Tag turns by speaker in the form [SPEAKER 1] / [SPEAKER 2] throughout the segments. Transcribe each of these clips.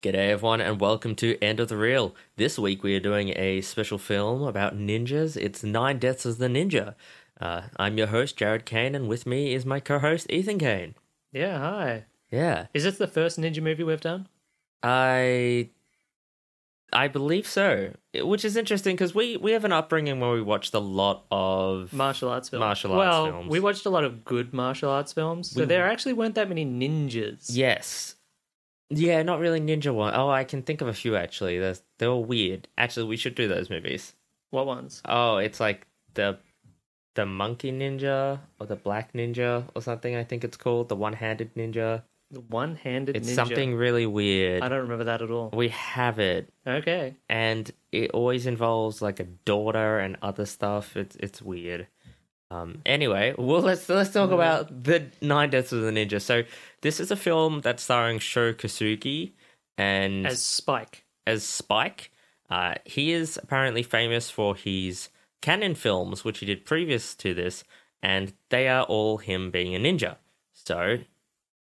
[SPEAKER 1] G'day everyone and welcome to End of the Reel. This week we are doing a special film about ninjas. It's Nine Deaths as the Ninja. Uh, I'm your host Jared Kane and with me is my co-host Ethan Kane.
[SPEAKER 2] Yeah, hi.
[SPEAKER 1] Yeah.
[SPEAKER 2] Is this the first ninja movie we've done?
[SPEAKER 1] I I believe so. It- Which is interesting because we we have an upbringing where we watched a lot of
[SPEAKER 2] Martial arts films.
[SPEAKER 1] Martial arts
[SPEAKER 2] well,
[SPEAKER 1] films.
[SPEAKER 2] we watched a lot of good martial arts films, so
[SPEAKER 1] We-
[SPEAKER 2] there actually weren't that many ninjas.
[SPEAKER 1] Yes. Yeah, not really ninja one. Oh, I can think of a few actually. They're, they're all weird. Actually, we should do those movies.
[SPEAKER 2] What ones?
[SPEAKER 1] Oh, it's like the the monkey ninja or the black ninja or something. I think it's called the one-handed ninja.
[SPEAKER 2] The one-handed
[SPEAKER 1] It's
[SPEAKER 2] ninja.
[SPEAKER 1] something really weird.
[SPEAKER 2] I don't remember that at all.
[SPEAKER 1] We have it,
[SPEAKER 2] Okay.
[SPEAKER 1] and it always involves like a daughter and other stuff. It's it's weird. Um, anyway, well, let's let's
[SPEAKER 2] Mm-hmm.
[SPEAKER 1] talk about the Nine Deaths of the Ninja. So this is a film that's starring Sho Kosugi and
[SPEAKER 2] As Spike.
[SPEAKER 1] as Spike. Uh, he is apparently famous for his canon films, which he did previous to this, and they are all him being a ninja. So,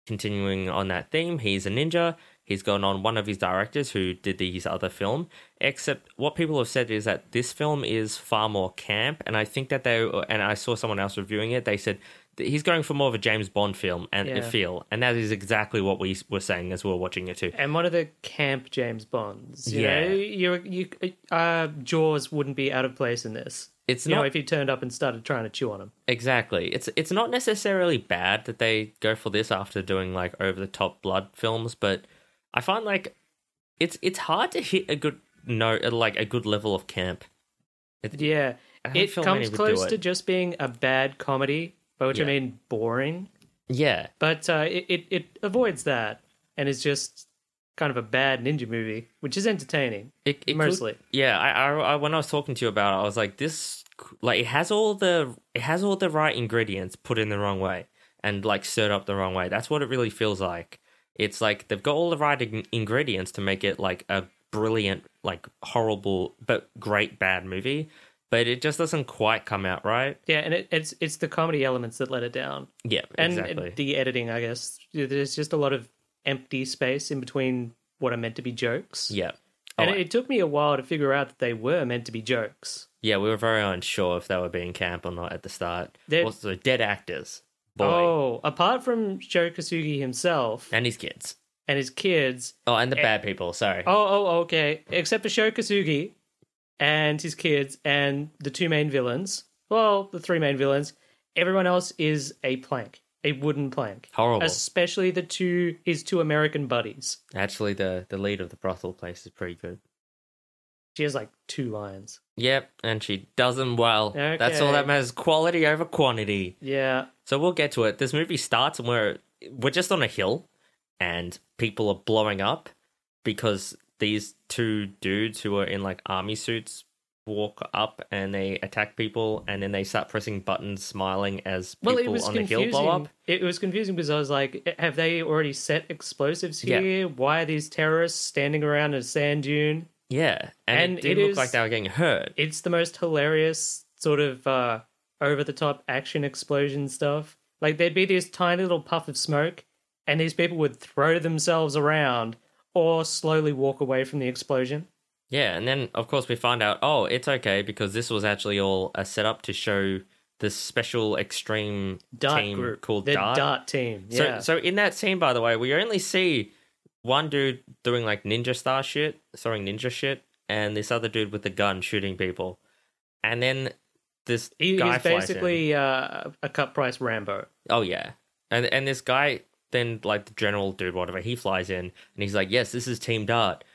[SPEAKER 1] continuing on that theme, he's a ninja. He's gone on one of his directors who did his other film. Except what people have said is that this film is far more camp, and I think that they and I saw someone else reviewing it. They said that he's going for more of a James Bond film and
[SPEAKER 2] Yeah.
[SPEAKER 1] feel, and that is exactly what we were saying as we were watching it too.
[SPEAKER 2] And one of the camp James Bonds. You
[SPEAKER 1] Yeah.
[SPEAKER 2] know, you you uh, Jaws wouldn't be out of place in this.
[SPEAKER 1] It's
[SPEAKER 2] you
[SPEAKER 1] not
[SPEAKER 2] know, if he turned up and started trying to chew on him.
[SPEAKER 1] Exactly. It's it's not necessarily bad that they go for this after doing like over the top blood films, but I find like it's it's hard to hit a good no like a good level of camp.
[SPEAKER 2] Yeah.
[SPEAKER 1] I don't
[SPEAKER 2] It
[SPEAKER 1] feel many
[SPEAKER 2] comes
[SPEAKER 1] would do
[SPEAKER 2] close
[SPEAKER 1] it.
[SPEAKER 2] to just being a bad comedy, by which
[SPEAKER 1] Yeah.
[SPEAKER 2] I mean boring.
[SPEAKER 1] Yeah.
[SPEAKER 2] but uh, it, it it avoids that and is just kind of a bad ninja movie, which is entertaining.
[SPEAKER 1] It, it could-
[SPEAKER 2] Mostly.
[SPEAKER 1] yeah, I, I, I when I was talking to you about it, I was like, this like it has all the it has all the right ingredients put in the wrong way and like stirred up the wrong way. That's what it really feels like. It's like they've got all the right in- ingredients to make it like a brilliant, like horrible but great bad movie, but it just doesn't quite come out right.
[SPEAKER 2] Yeah, and it, it's it's the comedy elements that let it down,
[SPEAKER 1] Yeah,
[SPEAKER 2] and
[SPEAKER 1] exactly.
[SPEAKER 2] the editing. I guess there's just a lot of empty space in between what are meant to be jokes.
[SPEAKER 1] yeah. Oh,
[SPEAKER 2] and it, it took me a while to figure out that they were meant to be jokes.
[SPEAKER 1] yeah, we were very unsure if they were being camp or not at the start.
[SPEAKER 2] They're-
[SPEAKER 1] Also, dead actors, boy,
[SPEAKER 2] Oh, apart from Sho Kosugi himself
[SPEAKER 1] and his kids.
[SPEAKER 2] and his kids.
[SPEAKER 1] Oh, and the bad people. Sorry.
[SPEAKER 2] Oh, oh, okay. Except for Sho Kosugi and his kids and the two main villains. Well, the three main villains. Everyone else is a plank, a wooden plank.
[SPEAKER 1] Horrible.
[SPEAKER 2] Especially the two his two American buddies.
[SPEAKER 1] Actually, the the lead of the brothel place is pretty good.
[SPEAKER 2] She has like two lines.
[SPEAKER 1] Yep, and she does them well. That's all
[SPEAKER 2] Okay.
[SPEAKER 1] that matters: quality over quantity.
[SPEAKER 2] Yeah.
[SPEAKER 1] So we'll get to it. This movie starts and we're we're just on a hill, and people are blowing up because these two dudes who are in like army suits walk up and they attack people, and then they start pressing buttons, smiling as people
[SPEAKER 2] Well, it was
[SPEAKER 1] on the hill
[SPEAKER 2] confusing.
[SPEAKER 1] blow up.
[SPEAKER 2] It was confusing because I was like, have they already set explosives
[SPEAKER 1] Yeah.
[SPEAKER 2] here? Why are these terrorists standing around a sand dune?
[SPEAKER 1] Yeah, and,
[SPEAKER 2] And
[SPEAKER 1] it did
[SPEAKER 2] it
[SPEAKER 1] look
[SPEAKER 2] is-
[SPEAKER 1] like they were getting hurt.
[SPEAKER 2] it's the most hilarious sort of uh, over the top action explosion stuff. Like there'd be this tiny little puff of smoke, and these people would throw themselves around or slowly walk away from the explosion.
[SPEAKER 1] Yeah, and then of course we find out, oh, it's okay because this was actually all a setup to show this special extreme
[SPEAKER 2] Dart
[SPEAKER 1] team
[SPEAKER 2] group
[SPEAKER 1] called
[SPEAKER 2] the
[SPEAKER 1] Dart.
[SPEAKER 2] team.
[SPEAKER 1] So,
[SPEAKER 2] Yeah.
[SPEAKER 1] so in that scene, by the way, we only see one dude doing like ninja star shit, throwing ninja shit, and this other dude with the gun shooting people, and then this
[SPEAKER 2] He-
[SPEAKER 1] guy
[SPEAKER 2] he's
[SPEAKER 1] flies in.
[SPEAKER 2] basically uh, a cut price Rambo.
[SPEAKER 1] Oh yeah, and and this guy then like the general dude whatever he flies in and he's like, yes, this is Team Dart.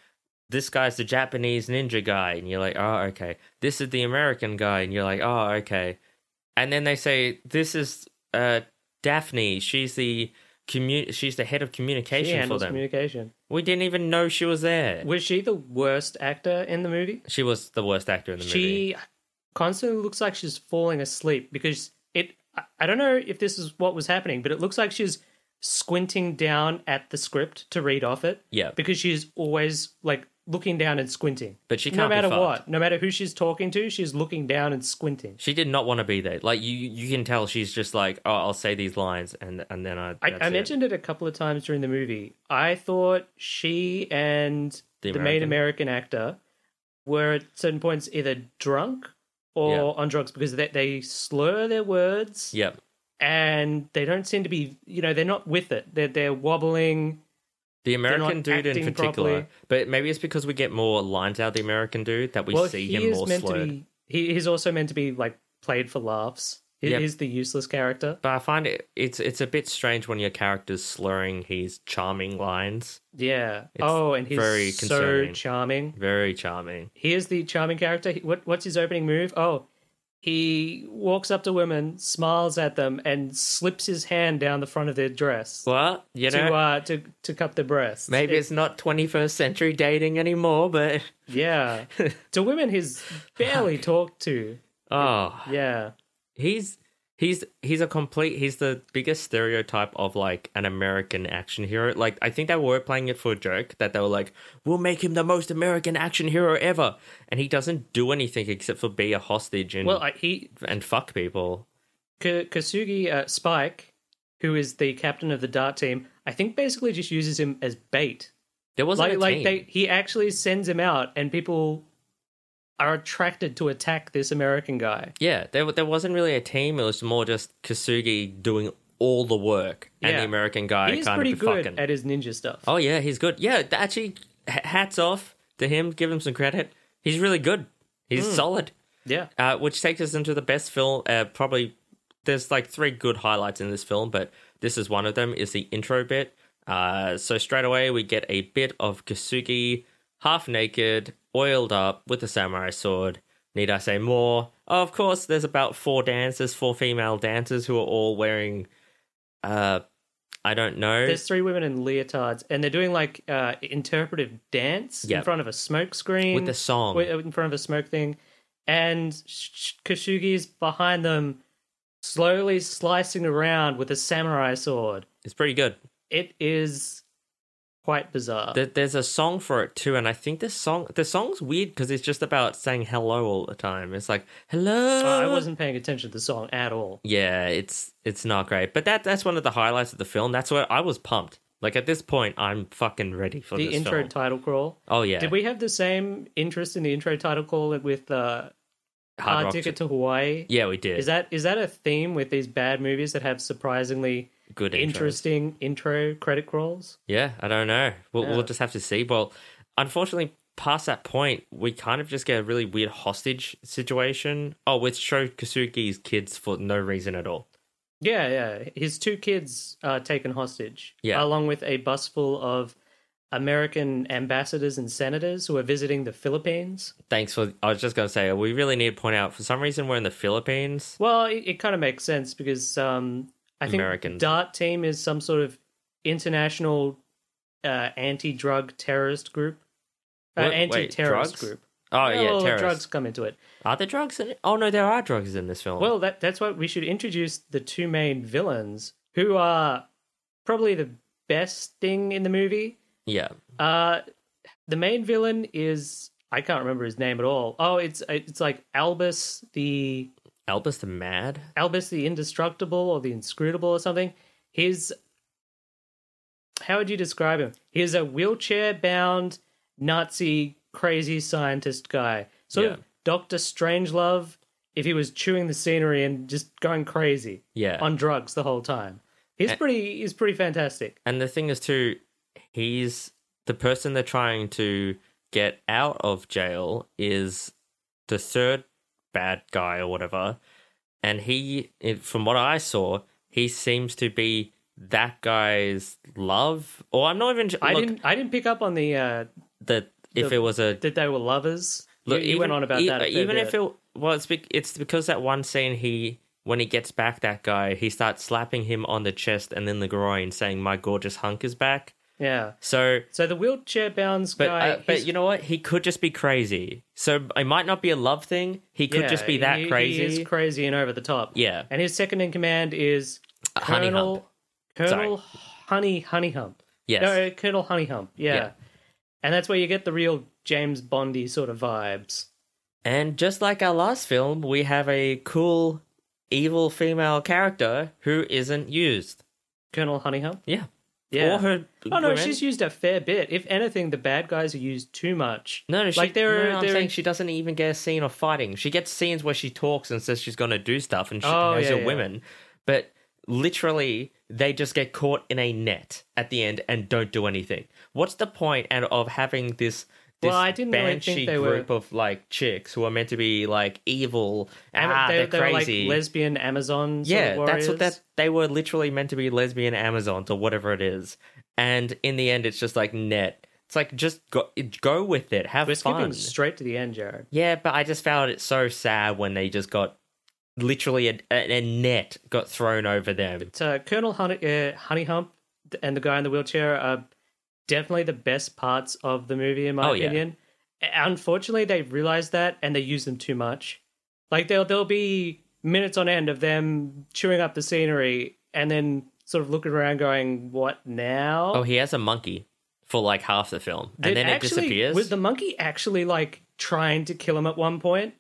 [SPEAKER 1] This guy's the Japanese ninja guy, and you're like, oh okay. This is the American guy, and you're like, oh okay. And then they say this is uh Daphne. She's the commu- She's the head of
[SPEAKER 2] She
[SPEAKER 1] communication for
[SPEAKER 2] handles
[SPEAKER 1] them.
[SPEAKER 2] communication.
[SPEAKER 1] we didn't even know she was there.
[SPEAKER 2] Was she the worst actor in the movie?
[SPEAKER 1] she was the worst actor in the movie.
[SPEAKER 2] She constantly looks like she's falling asleep because it. I- I don't know if this is what was happening, but it looks like she's squinting down at the script to read off it
[SPEAKER 1] Yeah,
[SPEAKER 2] because she's always like looking down and squinting.
[SPEAKER 1] But she
[SPEAKER 2] no
[SPEAKER 1] can't be
[SPEAKER 2] matter
[SPEAKER 1] fucked.
[SPEAKER 2] what, no matter who she's talking to, she's looking down and squinting.
[SPEAKER 1] She did not want to be there. Like you, you can tell she's just like, oh, I'll say these lines and and then I.
[SPEAKER 2] I,
[SPEAKER 1] that's
[SPEAKER 2] I
[SPEAKER 1] it."
[SPEAKER 2] mentioned it a couple of times during the movie. I thought she and
[SPEAKER 1] The
[SPEAKER 2] the, main
[SPEAKER 1] American.
[SPEAKER 2] American actor were at certain points either drunk or
[SPEAKER 1] Yeah.
[SPEAKER 2] on drugs because they, they slur their words
[SPEAKER 1] Yep.
[SPEAKER 2] and they don't seem to be, you know, they're not with it. They're, they're wobbling.
[SPEAKER 1] The
[SPEAKER 2] not
[SPEAKER 1] American dude in
[SPEAKER 2] acting
[SPEAKER 1] particular,
[SPEAKER 2] properly.
[SPEAKER 1] but maybe it's because we get more lines out of the American dude that we
[SPEAKER 2] well,
[SPEAKER 1] see
[SPEAKER 2] he
[SPEAKER 1] him
[SPEAKER 2] is
[SPEAKER 1] more
[SPEAKER 2] meant
[SPEAKER 1] slurred.
[SPEAKER 2] to be, he, he's also meant to be like played for laughs. He
[SPEAKER 1] Yep.
[SPEAKER 2] is the useless character.
[SPEAKER 1] But I find it it's it's a bit strange when your character's slurring his charming lines.
[SPEAKER 2] Yeah.
[SPEAKER 1] It's
[SPEAKER 2] oh, and he's
[SPEAKER 1] very
[SPEAKER 2] so
[SPEAKER 1] concerning.
[SPEAKER 2] charming.
[SPEAKER 1] Very charming.
[SPEAKER 2] he is the charming character. He- What what's his opening move? Oh, he walks up to women, smiles at them, and slips his hand down the front of their dress
[SPEAKER 1] Well, you
[SPEAKER 2] to
[SPEAKER 1] know,
[SPEAKER 2] uh to to cup their breasts.
[SPEAKER 1] maybe
[SPEAKER 2] It-
[SPEAKER 1] it's not 21st century dating anymore, but
[SPEAKER 2] yeah to women he's barely talked to.
[SPEAKER 1] oh,
[SPEAKER 2] Yeah,
[SPEAKER 1] he's he's he's a complete he's the biggest stereotype of like an american action hero like i think they were playing it for a joke that they were like we'll make him the most american action hero ever and he doesn't do anything except for be a hostage and
[SPEAKER 2] well I, he
[SPEAKER 1] and fuck people
[SPEAKER 2] K- Kasugi uh, Spike, who is the captain of the dart team. I think basically just uses him as bait.
[SPEAKER 1] there wasn't
[SPEAKER 2] Like
[SPEAKER 1] a
[SPEAKER 2] like
[SPEAKER 1] team.
[SPEAKER 2] they he actually sends him out, and people are attracted to attack this American guy.
[SPEAKER 1] yeah there, there wasn't really a team it was more just kasugi doing all the work and the
[SPEAKER 2] Yeah.
[SPEAKER 1] american guy
[SPEAKER 2] He's
[SPEAKER 1] kind
[SPEAKER 2] pretty
[SPEAKER 1] of be
[SPEAKER 2] good
[SPEAKER 1] fucking
[SPEAKER 2] at his ninja stuff.
[SPEAKER 1] oh yeah he's good yeah th- actually h- hats off to him give him some credit he's really good he's
[SPEAKER 2] Hmm.
[SPEAKER 1] solid
[SPEAKER 2] Yeah.
[SPEAKER 1] uh, which takes us into the best film. Uh, probably there's like three good highlights in this film, but this is one of them. Is the intro bit. Uh, so straight away we get a bit of Kasugi half naked, oiled up with a samurai sword. Need I say more? Oh, Of course, there's about four dancers, four female dancers who are all wearing. Uh, I don't know.
[SPEAKER 2] There's three women in leotards, and they're doing like uh, interpretive dance
[SPEAKER 1] Yep.
[SPEAKER 2] in front of a smoke screen
[SPEAKER 1] with the song,
[SPEAKER 2] wi- uh, in front of a smoke thing, and Sh- Kashugi's behind them, slowly slicing around with a samurai sword.
[SPEAKER 1] it's pretty good.
[SPEAKER 2] It is quite bizarre.
[SPEAKER 1] There, there's a song for it too, and I think this song the song's weird because it's just about saying hello all the time. It's like hello.
[SPEAKER 2] Uh, I wasn't paying attention to the song at all.
[SPEAKER 1] Yeah, it's it's not great, but that that's one of the highlights of the film. That's where I was pumped. Like at this point, I'm fucking ready for
[SPEAKER 2] The
[SPEAKER 1] this
[SPEAKER 2] intro
[SPEAKER 1] film.
[SPEAKER 2] title crawl.
[SPEAKER 1] oh yeah,
[SPEAKER 2] Did we have the same interest in the intro title call with uh,
[SPEAKER 1] Hard
[SPEAKER 2] Hard
[SPEAKER 1] Rock-
[SPEAKER 2] Ticket to Hawaii?
[SPEAKER 1] Yeah, we did.
[SPEAKER 2] Is that is that a theme with these bad movies that have surprisingly
[SPEAKER 1] good interest?
[SPEAKER 2] interesting intro credit crawls?
[SPEAKER 1] Yeah, I don't know. We'll,
[SPEAKER 2] Yeah.
[SPEAKER 1] we'll just have to see. Well, unfortunately, past that point, we kind of just get a really weird hostage situation. Oh, with Sho Kasugi's kids for no reason at all.
[SPEAKER 2] Yeah, yeah. His two kids are taken hostage,
[SPEAKER 1] Yeah.
[SPEAKER 2] along with a bus full of American ambassadors and senators who are visiting the Philippines.
[SPEAKER 1] Thanks for. I was just gonna say we really need to point out for some reason we're in the Philippines.
[SPEAKER 2] Well, it, it kind of makes sense because um, I think
[SPEAKER 1] Americans.
[SPEAKER 2] Dart Team is some sort of international uh, anti-drug terrorist group, uh,
[SPEAKER 1] What? Wait,
[SPEAKER 2] anti-terrorist
[SPEAKER 1] drugs?
[SPEAKER 2] group.
[SPEAKER 1] Oh
[SPEAKER 2] Yeah,
[SPEAKER 1] yeah,
[SPEAKER 2] well,
[SPEAKER 1] terrorists.
[SPEAKER 2] drugs come into it.
[SPEAKER 1] Are there drugs in it? Oh no, there are drugs in this film.
[SPEAKER 2] Well, that that's why we should introduce the two main villains, who are probably the best thing in the movie.
[SPEAKER 1] yeah.
[SPEAKER 2] Uh, the main villain is I can't remember his name at all. Oh, it's it's like Albus the
[SPEAKER 1] Albus the Mad?
[SPEAKER 2] Albus the Indestructible or the Inscrutable or something. He's how would you describe him? He's a wheelchair bound Nazi crazy scientist guy, sort of
[SPEAKER 1] Yeah.
[SPEAKER 2] Doctor Strangelove if he was chewing the scenery and just going crazy
[SPEAKER 1] Yeah.
[SPEAKER 2] on drugs the whole time. He's
[SPEAKER 1] And-
[SPEAKER 2] pretty he's pretty fantastic.
[SPEAKER 1] and the thing is, too, he's the person they're trying to get out of jail is the third bad guy or whatever. And he, it- from what I saw, he seems to be that guy's love. Or I'm not even.
[SPEAKER 2] I
[SPEAKER 1] look,
[SPEAKER 2] didn't I didn't pick up on the uh
[SPEAKER 1] That if
[SPEAKER 2] the-
[SPEAKER 1] it was a
[SPEAKER 2] that they were lovers. You- you,
[SPEAKER 1] even-
[SPEAKER 2] went on about
[SPEAKER 1] e-
[SPEAKER 2] that. a fair
[SPEAKER 1] Even if
[SPEAKER 2] bit.
[SPEAKER 1] it well, it's bec- it's because that one scene he when he gets back that guy, he starts slapping him on the chest and then the groin, saying "My gorgeous hunk is back."
[SPEAKER 2] yeah.
[SPEAKER 1] So,
[SPEAKER 2] So the wheelchair bound
[SPEAKER 1] but
[SPEAKER 2] guy,
[SPEAKER 1] uh, but
[SPEAKER 2] he's-
[SPEAKER 1] you know what? He could just be crazy. So it might not be a love thing. He could
[SPEAKER 2] yeah,
[SPEAKER 1] just be that
[SPEAKER 2] he-
[SPEAKER 1] crazy.
[SPEAKER 2] He is crazy and over the top.
[SPEAKER 1] yeah,
[SPEAKER 2] And his second in command is
[SPEAKER 1] Uh, Honey
[SPEAKER 2] Colonel Colonel Honey Honey Hump.
[SPEAKER 1] yes,
[SPEAKER 2] No, Colonel Honey Hump. Yeah.
[SPEAKER 1] Yeah.
[SPEAKER 2] And that's where you get the real James Bondy sort of vibes.
[SPEAKER 1] And just like our last film, we have a cool, evil female character who isn't used.
[SPEAKER 2] Colonel Honeyham.
[SPEAKER 1] Yeah.
[SPEAKER 2] Yeah.
[SPEAKER 1] Or her.
[SPEAKER 2] Oh no,
[SPEAKER 1] women.
[SPEAKER 2] she's used a fair bit. If anything, the bad guys are used too much.
[SPEAKER 1] No, no, she,
[SPEAKER 2] like
[SPEAKER 1] no,
[SPEAKER 2] there
[SPEAKER 1] no,
[SPEAKER 2] are
[SPEAKER 1] I'm
[SPEAKER 2] there are
[SPEAKER 1] saying she doesn't even get a scene of fighting. She gets scenes where she talks and says she's going to do stuff and she
[SPEAKER 2] Oh,
[SPEAKER 1] knows
[SPEAKER 2] yeah,
[SPEAKER 1] her
[SPEAKER 2] yeah.
[SPEAKER 1] women. But literally, they just get caught in a net at the end and don't do anything. What's the point and of having this, this
[SPEAKER 2] Well, I didn't really
[SPEAKER 1] banshee
[SPEAKER 2] think they were-
[SPEAKER 1] group of like chicks who are meant to be like evil?
[SPEAKER 2] Am-
[SPEAKER 1] ah,
[SPEAKER 2] they,
[SPEAKER 1] they, are
[SPEAKER 2] they
[SPEAKER 1] crazy.
[SPEAKER 2] were like lesbian Amazon. sort of
[SPEAKER 1] yeah, that's what
[SPEAKER 2] warriors.
[SPEAKER 1] that they were literally meant to be lesbian Amazons or whatever it is. And in the end, it's just like net. It's like just go, go with it. Have
[SPEAKER 2] We're skipping
[SPEAKER 1] fun.
[SPEAKER 2] straight to the end, Jared.
[SPEAKER 1] Yeah, but I just found it so sad when they just got literally a, a, a net got thrown over them.
[SPEAKER 2] So Colonel Honey, uh, Honey Hump and the guy in the wheelchair are definitely the best parts of the movie, in my
[SPEAKER 1] Oh, yeah.
[SPEAKER 2] opinion. A- Unfortunately, they realize that and they use them too much. Like there'll there'll be minutes on end of them chewing up the scenery and then sort of looking around, going, "What now?"
[SPEAKER 1] Oh, he has a monkey for like half the film, and
[SPEAKER 2] Did-
[SPEAKER 1] then
[SPEAKER 2] actually,
[SPEAKER 1] it disappears.
[SPEAKER 2] Was the monkey actually like trying to kill him at one point?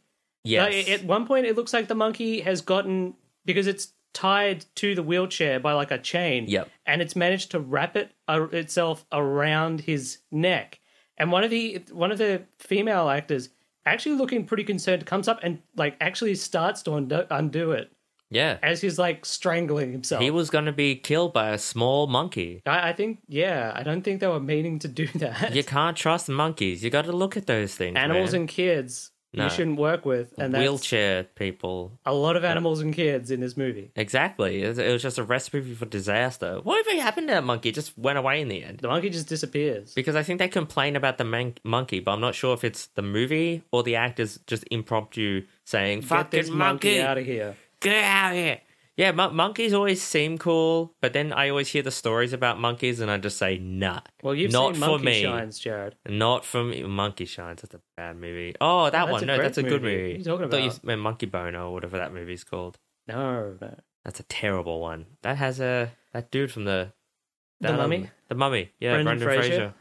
[SPEAKER 1] yes,
[SPEAKER 2] Like, at one point, it looks like the monkey has gotten because it's tied to the wheelchair by like a chain.
[SPEAKER 1] Yep.
[SPEAKER 2] And it's managed to wrap it uh, itself around his neck. And one of the one of the female actors, actually looking pretty concerned, comes up and like actually starts to undo, undo it
[SPEAKER 1] yeah,
[SPEAKER 2] as he's like strangling himself.
[SPEAKER 1] he was going to be killed by a small monkey.
[SPEAKER 2] I, I think, yeah, I don't think they were meaning to do that.
[SPEAKER 1] You can't trust monkeys. You got to look at those things.
[SPEAKER 2] Animals
[SPEAKER 1] man.
[SPEAKER 2] and kids
[SPEAKER 1] No.
[SPEAKER 2] you shouldn't work with, and that's
[SPEAKER 1] wheelchair people.
[SPEAKER 2] a lot of animals and kids in this movie.
[SPEAKER 1] Exactly. It was- it was just a recipe for disaster. What even happened to that monkey? It just went away in the end.
[SPEAKER 2] The monkey just disappears.
[SPEAKER 1] Because I think they complain about the man- monkey, but I'm not sure if it's the movie or the actors just impromptu saying
[SPEAKER 2] Get this
[SPEAKER 1] "fucking monkey,
[SPEAKER 2] out of here.
[SPEAKER 1] get out of here." Yeah, mon- monkeys always seem cool, but then I always hear the stories about monkeys, and I just say, "Nah,
[SPEAKER 2] Well, you've
[SPEAKER 1] not
[SPEAKER 2] seen
[SPEAKER 1] for
[SPEAKER 2] Monkey
[SPEAKER 1] me,
[SPEAKER 2] Shines, Jared.
[SPEAKER 1] not for me." Monkey Shines, that's a bad movie. Oh, that
[SPEAKER 2] that's
[SPEAKER 1] one,
[SPEAKER 2] a
[SPEAKER 1] no,
[SPEAKER 2] great
[SPEAKER 1] that's a good
[SPEAKER 2] movie.
[SPEAKER 1] movie.
[SPEAKER 2] What are you talking
[SPEAKER 1] I thought you
[SPEAKER 2] about?
[SPEAKER 1] meant Monkey Boner or whatever that movie's called.
[SPEAKER 2] No, no.
[SPEAKER 1] That's a terrible one. That has a that dude from the
[SPEAKER 2] The
[SPEAKER 1] that, um,
[SPEAKER 2] Mummy?
[SPEAKER 1] the mummy. Yeah,
[SPEAKER 2] Brendan
[SPEAKER 1] Brendan, Fraser.
[SPEAKER 2] Fraser.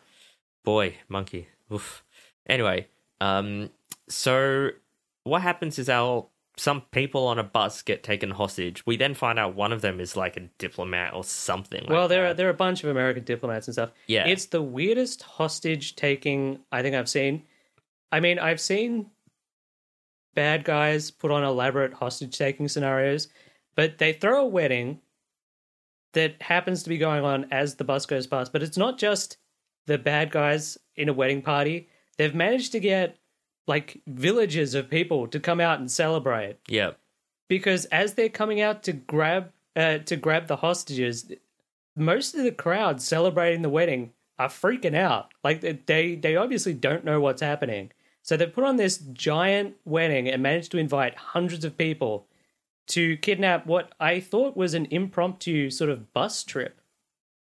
[SPEAKER 1] Boy, monkey. Oof. Anyway, um, so what happens is our some people on a bus get taken hostage. We then find out one of them is like a diplomat or something.
[SPEAKER 2] well,
[SPEAKER 1] like
[SPEAKER 2] there are
[SPEAKER 1] that.
[SPEAKER 2] there are a bunch of American diplomats and stuff.
[SPEAKER 1] Yeah.
[SPEAKER 2] it's the weirdest hostage taking I think I've seen. I mean, I've seen bad guys put on elaborate hostage taking scenarios, but they throw a wedding that happens to be going on as the bus goes past. But it's not just the bad guys in a wedding party. They've managed to get like villages of people to come out and celebrate
[SPEAKER 1] yeah,
[SPEAKER 2] because as they're coming out to grab uh, to grab the hostages, most of the crowd celebrating the wedding are freaking out. Like they- they they obviously don't know what's happening. So they put on this giant wedding and managed to invite hundreds of people to kidnap what I thought was an impromptu sort of bus trip.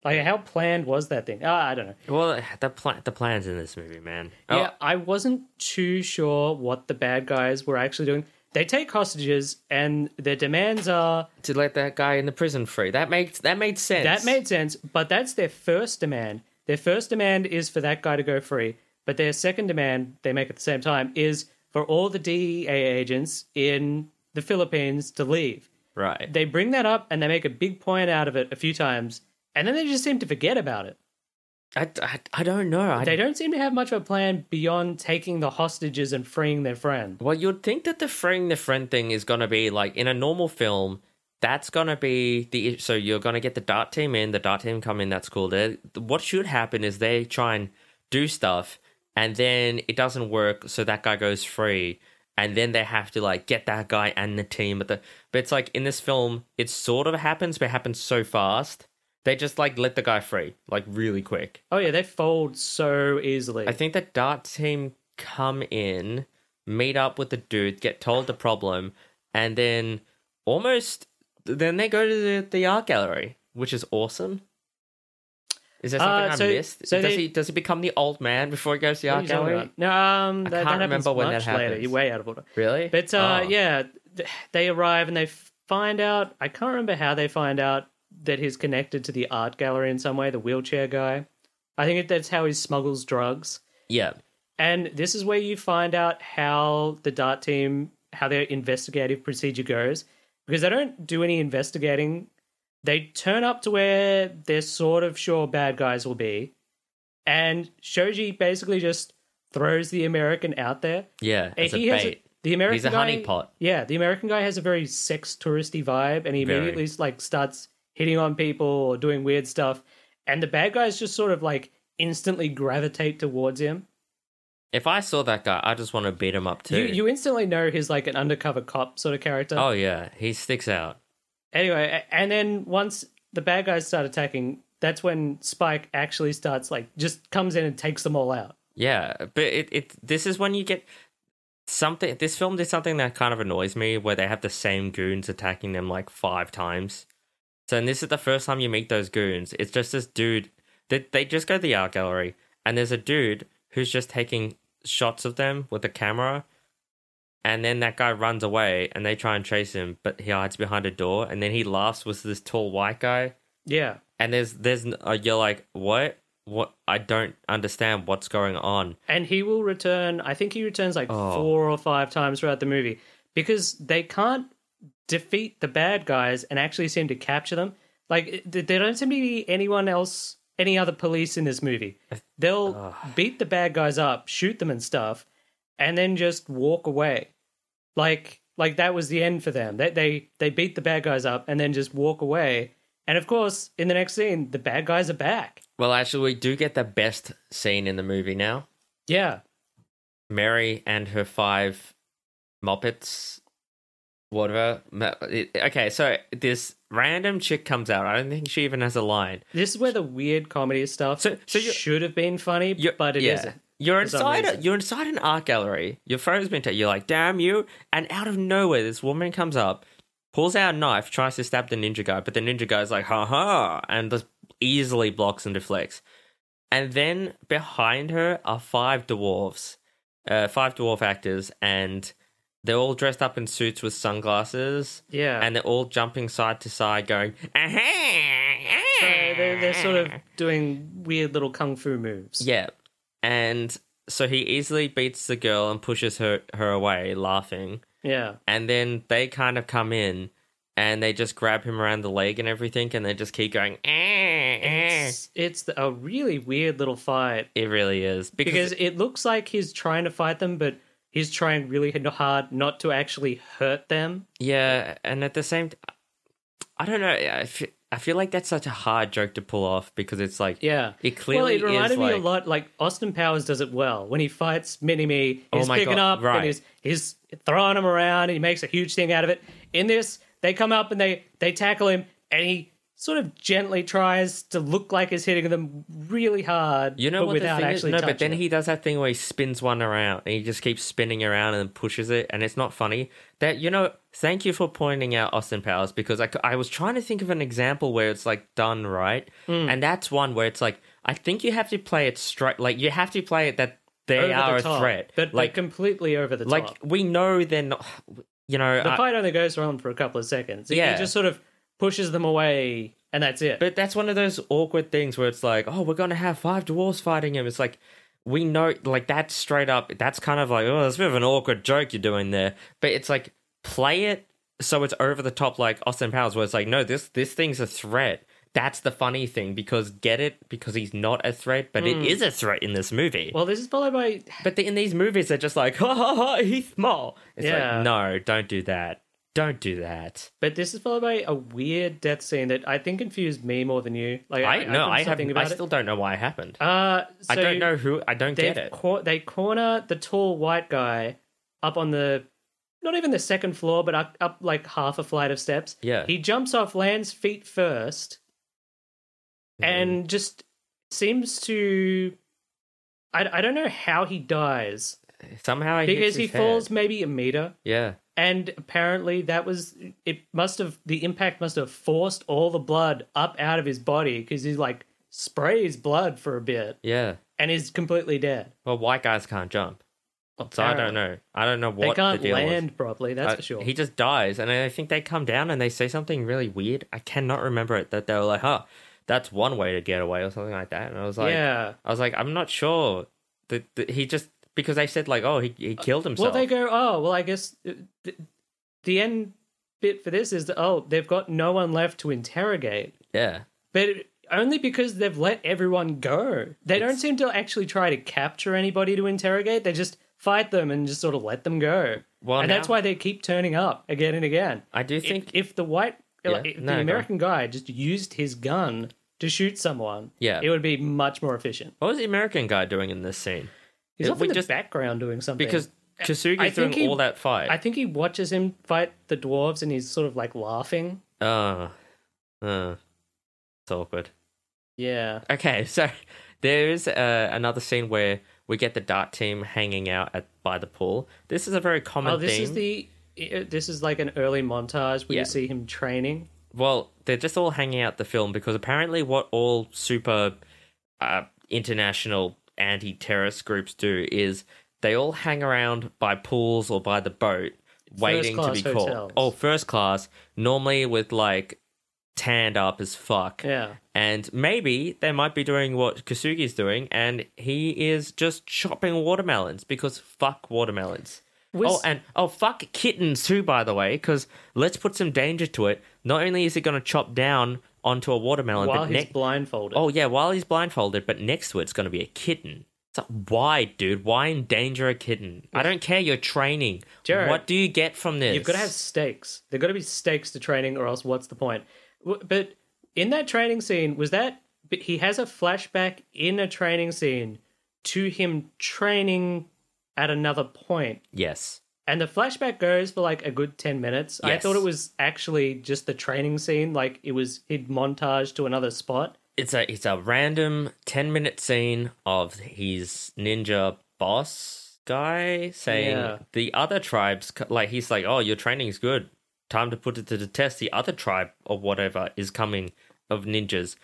[SPEAKER 2] Like how planned was that thing? Ah, I don't know.
[SPEAKER 1] Well, the pla- the plans in this movie, man. Oh,
[SPEAKER 2] Yeah, I wasn't too sure what the bad guys were actually doing. They take hostages and their demands are
[SPEAKER 1] to let that guy in the prison free. That makes that made sense.
[SPEAKER 2] That made sense, but that's their first demand. Their first demand is for that guy to go free, but their second demand they make at the same time is for all the DEA agents in the Philippines to leave.
[SPEAKER 1] right.
[SPEAKER 2] They bring that up and they make a big point out of it a few times, and then they just seem to forget about it.
[SPEAKER 1] I, I, I don't know. I
[SPEAKER 2] They don't seem to have much of a plan beyond taking the hostages and freeing their friend.
[SPEAKER 1] Well, you'd think that the freeing the friend thing is going to be like in a normal film. That's going to be the so you're going to get the dart team in. The dart team come in. That's cool. They, what should happen is they try and do stuff, and then it doesn't work. So that guy goes free, and then they have to like get that guy and the team. But the but it's like in this film, it sort of happens, but it happens so fast. They just like let the guy free like really quick.
[SPEAKER 2] Oh yeah, they fold so easily.
[SPEAKER 1] I think the Dart team come in, meet up with the dude, get told the problem, and then almost then they go to the, the art gallery, which is awesome. Is there something
[SPEAKER 2] Uh,
[SPEAKER 1] I
[SPEAKER 2] so-
[SPEAKER 1] missed?
[SPEAKER 2] so
[SPEAKER 1] does
[SPEAKER 2] they-
[SPEAKER 1] he does he become the old man before he goes to the
[SPEAKER 2] What are
[SPEAKER 1] art
[SPEAKER 2] you talking
[SPEAKER 1] gallery?
[SPEAKER 2] about? No, um, that,
[SPEAKER 1] uh, I can't
[SPEAKER 2] that happens
[SPEAKER 1] remember when
[SPEAKER 2] much
[SPEAKER 1] that
[SPEAKER 2] later.
[SPEAKER 1] happens.
[SPEAKER 2] You're way out of order.
[SPEAKER 1] Really?
[SPEAKER 2] But uh,
[SPEAKER 1] Oh.
[SPEAKER 2] yeah, th- they arrive and they f- find out. I can't remember how they find out that he's connected to the art gallery in some way. The wheelchair guy. I think it- that's how he smuggles drugs.
[SPEAKER 1] yeah,
[SPEAKER 2] And this is where you find out how the Dart team, how their investigative procedure goes, because they don't do any investigating. They turn up to where they're sort of sure bad guys will be, and Shoji basically just throws the American out there.
[SPEAKER 1] Yeah,
[SPEAKER 2] And
[SPEAKER 1] as a
[SPEAKER 2] he has a-
[SPEAKER 1] bait.
[SPEAKER 2] the American
[SPEAKER 1] He's a
[SPEAKER 2] guy,
[SPEAKER 1] honeypot.
[SPEAKER 2] Yeah, the American guy has a very sex touristy vibe, and he
[SPEAKER 1] Very.
[SPEAKER 2] immediately like starts hitting on people or doing weird stuff, and the bad guys just sort of like instantly gravitate towards him.
[SPEAKER 1] If I saw that guy, I just want to beat him up too.
[SPEAKER 2] You you instantly know he's like an undercover cop sort of character.
[SPEAKER 1] oh yeah, he sticks out.
[SPEAKER 2] Anyway, a- and then once the bad guys start attacking, that's when Spike actually starts like just comes in and takes them all out.
[SPEAKER 1] Yeah, but it, it this is when you get something. This film did something that kind of annoys me, where they have the same goons attacking them like five times. So, and this is the first time you meet those goons. It's just this dude that they, just go to the art gallery, and there's a dude who's just taking shots of them with a camera. And then that guy runs away, and they try and chase him, but he hides behind a door. And then he laughs with this tall white guy.
[SPEAKER 2] Yeah.
[SPEAKER 1] And there's there's n- uh, you're like, what? What? I don't understand what's going on.
[SPEAKER 2] And he will return, I think he returns like
[SPEAKER 1] Oh.
[SPEAKER 2] four or five times throughout the movie because they can't defeat the bad guys and actually seem to capture them. Like, th- there don't seem to be anyone else, any other police in this movie. They'll beat the bad guys up, shoot them and stuff, and then just walk away. Like, like that was the end for them. They, they they beat the bad guys up and then just walk away. And of course, in the next scene, the bad guys are back.
[SPEAKER 1] Well, actually, we do get the best scene in the movie now.
[SPEAKER 2] Yeah,
[SPEAKER 1] Mary and her five moppets, whatever. Ma- it- Okay, so this random chick comes out. I don't think she even has a line.
[SPEAKER 2] This is where the weird comedy stuff
[SPEAKER 1] So- so you're-
[SPEAKER 2] should have been funny,
[SPEAKER 1] You're-
[SPEAKER 2] but it
[SPEAKER 1] yeah.
[SPEAKER 2] isn't.
[SPEAKER 1] You're
[SPEAKER 2] for some
[SPEAKER 1] inside. A,
[SPEAKER 2] reason.
[SPEAKER 1] you're inside an art gallery. Your phone's been taken. You're like, damn you! And out of nowhere, this woman comes up, pulls out a knife, tries to stab the ninja guy, but the ninja guy's like, ha ha, and just easily blocks and deflects. And then behind her are five dwarves, uh, five dwarf actors, and they're all dressed up in suits with sunglasses,
[SPEAKER 2] Yeah.
[SPEAKER 1] and they're all jumping side to side, going, ah-ha,
[SPEAKER 2] so they're, they're sort of doing weird little kung fu moves.
[SPEAKER 1] yeah. And so he easily beats the girl and pushes her, her away, laughing.
[SPEAKER 2] Yeah.
[SPEAKER 1] And then they kind of come in and they just grab him around the leg and everything and they just keep going. "Eh, eh."
[SPEAKER 2] It's, it's the, a really weird little fight
[SPEAKER 1] It really is. Because,
[SPEAKER 2] because it looks like he's trying to fight them, but he's trying really h- hard not to actually hurt them.
[SPEAKER 1] yeah, and at the same t- I don't know. I feel, I feel like that's such a hard joke to pull off because it's like
[SPEAKER 2] Yeah.
[SPEAKER 1] it clearly
[SPEAKER 2] well, it reminded
[SPEAKER 1] is
[SPEAKER 2] me
[SPEAKER 1] like,
[SPEAKER 2] a lot. Like Austin Powers does it well when he fights Mini Me.
[SPEAKER 1] Oh
[SPEAKER 2] He's
[SPEAKER 1] my
[SPEAKER 2] picking
[SPEAKER 1] God,
[SPEAKER 2] up
[SPEAKER 1] right.
[SPEAKER 2] and he's he's throwing him around. and He makes a huge thing out of it. In this, they come up and they they tackle him, and he sort of gently tries to look like he's hitting them really hard.
[SPEAKER 1] You know
[SPEAKER 2] but
[SPEAKER 1] what
[SPEAKER 2] without
[SPEAKER 1] the thing is?
[SPEAKER 2] actually
[SPEAKER 1] No,
[SPEAKER 2] touching
[SPEAKER 1] but then
[SPEAKER 2] him.
[SPEAKER 1] he does that thing where he spins one around and he just keeps spinning around and pushes it, and it's not funny. That you know, thank you for pointing out Austin Powers because I, c- I was trying to think of an example where it's like done right,
[SPEAKER 2] Hmm.
[SPEAKER 1] and that's one where it's like I think you have to play it straight, like you have to play it that they
[SPEAKER 2] Over the
[SPEAKER 1] are a
[SPEAKER 2] top,
[SPEAKER 1] threat,
[SPEAKER 2] but like
[SPEAKER 1] like
[SPEAKER 2] completely over the
[SPEAKER 1] like
[SPEAKER 2] top.
[SPEAKER 1] we know they're not, you know,
[SPEAKER 2] The
[SPEAKER 1] I-
[SPEAKER 2] fight only goes on for a couple of seconds. He-
[SPEAKER 1] Yeah.
[SPEAKER 2] he just sort of pushes them away, and that's it.
[SPEAKER 1] But that's one of those awkward things where it's like, oh, we're gonna have five dwarves fighting him. It's like we know, like that's straight up. That's kind of like, oh, that's a bit of an awkward joke you're doing there. But it's like play it so it's over the top, like Austin Powers, where it's like, no, this this thing's a threat. That's the funny thing because get it because he's not a threat, but it is a threat in this movie.
[SPEAKER 2] Hmm. well, this is followed by
[SPEAKER 1] but the, in these movies, they're just like, ha ha ha, Heath Mole. It's
[SPEAKER 2] Yeah.
[SPEAKER 1] like, no, don't do that. Don't do that.
[SPEAKER 2] But this is followed by a weird death scene that I think confused me more than you. Like
[SPEAKER 1] I no,
[SPEAKER 2] couldn't
[SPEAKER 1] I
[SPEAKER 2] stop
[SPEAKER 1] have.
[SPEAKER 2] thinking
[SPEAKER 1] I
[SPEAKER 2] about it.
[SPEAKER 1] still don't know why it happened.
[SPEAKER 2] Uh, so
[SPEAKER 1] I don't know who. I don't
[SPEAKER 2] They
[SPEAKER 1] get it.
[SPEAKER 2] cor- they corner the tall white guy up on the, not even the second floor, but up, up like half a flight of steps.
[SPEAKER 1] Yeah.
[SPEAKER 2] he jumps off, lands feet first,
[SPEAKER 1] Mm-hmm.
[SPEAKER 2] and just seems to. I, I don't know how he dies
[SPEAKER 1] Somehow he
[SPEAKER 2] because
[SPEAKER 1] hits
[SPEAKER 2] he
[SPEAKER 1] his
[SPEAKER 2] falls
[SPEAKER 1] head.
[SPEAKER 2] maybe a meter
[SPEAKER 1] Yeah,
[SPEAKER 2] and apparently that was it must have the impact must have forced all the blood up out of his body because he like sprays blood for a bit
[SPEAKER 1] yeah.
[SPEAKER 2] and is completely dead
[SPEAKER 1] Well, white guys can't jump, so I don't know. I don't know
[SPEAKER 2] they
[SPEAKER 1] what
[SPEAKER 2] can't
[SPEAKER 1] the deal was.
[SPEAKER 2] land properly that's
[SPEAKER 1] Uh,
[SPEAKER 2] for sure
[SPEAKER 1] He just dies, and I think they come down and they say something really weird. I cannot remember it. That they were like, "Huh, that's one way to get away," or something like that. And I was like,
[SPEAKER 2] yeah
[SPEAKER 1] I was like, I'm not sure that that he just because they said like, oh, he, he killed
[SPEAKER 2] Uh, Well,
[SPEAKER 1] himself.
[SPEAKER 2] they go, oh, well, I guess uh, th- the end bit for this is that, oh, they've got no one left to interrogate.
[SPEAKER 1] yeah,
[SPEAKER 2] But only because they've let everyone go. They don't seem to actually try to capture anybody to interrogate. They just fight them and just sort of let them go.
[SPEAKER 1] Well,
[SPEAKER 2] and that's
[SPEAKER 1] now-
[SPEAKER 2] why they keep turning up again and again.
[SPEAKER 1] I do think
[SPEAKER 2] If, if the white, like, if
[SPEAKER 1] no, go
[SPEAKER 2] the
[SPEAKER 1] on.
[SPEAKER 2] American guy just used his gun to shoot someone,
[SPEAKER 1] Yeah.
[SPEAKER 2] it would be much more efficient.
[SPEAKER 1] what was the American guy doing in this scene?
[SPEAKER 2] He's
[SPEAKER 1] If
[SPEAKER 2] off
[SPEAKER 1] we
[SPEAKER 2] in the
[SPEAKER 1] just-
[SPEAKER 2] background doing something.
[SPEAKER 1] Because
[SPEAKER 2] I
[SPEAKER 1] Kasugi's doing
[SPEAKER 2] think he-
[SPEAKER 1] all that fight.
[SPEAKER 2] I think he watches him fight the dwarves and he's sort of like laughing.
[SPEAKER 1] Uh, uh, it's awkward.
[SPEAKER 2] Yeah.
[SPEAKER 1] Okay, so there is uh, another scene where we get the dart team hanging out at by the pool. This is a very common
[SPEAKER 2] Oh, this
[SPEAKER 1] theme.
[SPEAKER 2] is the uh, this is like an early montage where
[SPEAKER 1] Yeah.
[SPEAKER 2] you see him training.
[SPEAKER 1] Well, they're just all hanging out the film because apparently, what all super uh, international anti terrorist groups do is they all hang around by pools or by the boat waiting to
[SPEAKER 2] class
[SPEAKER 1] be called.
[SPEAKER 2] hotels.
[SPEAKER 1] Oh, first class, normally with like tanned up as fuck.
[SPEAKER 2] Yeah.
[SPEAKER 1] And maybe they might be doing what Kasugi's doing, and he is just chopping watermelons because fuck watermelons.
[SPEAKER 2] Was-
[SPEAKER 1] Oh, and oh, fuck kittens too, by the way, because let's put some danger to it. Not only is he going to chop down onto a watermelon,
[SPEAKER 2] While
[SPEAKER 1] but
[SPEAKER 2] he's
[SPEAKER 1] ne-
[SPEAKER 2] blindfolded.
[SPEAKER 1] oh yeah, while he's blindfolded, but next to it's going to be a kitten. It's like, why, dude? Why endanger a kitten? I don't care. You're training.
[SPEAKER 2] Jared,
[SPEAKER 1] what do you get from this?
[SPEAKER 2] You've got to have stakes. There got to be stakes to training, or else what's the point? W- But in that training scene, was that but he has a flashback in a training scene to him training at another point,
[SPEAKER 1] yes.
[SPEAKER 2] and the flashback goes for like a good ten minutes. I
[SPEAKER 1] Yes.
[SPEAKER 2] thought it was actually just the training scene, like it was he'd montage to another spot.
[SPEAKER 1] it's a it's a random 10 minute scene of his ninja boss guy saying
[SPEAKER 2] Yeah.
[SPEAKER 1] the other tribes co- like he's like oh your training is good time to put it to the test the other tribe or whatever is coming of ninjas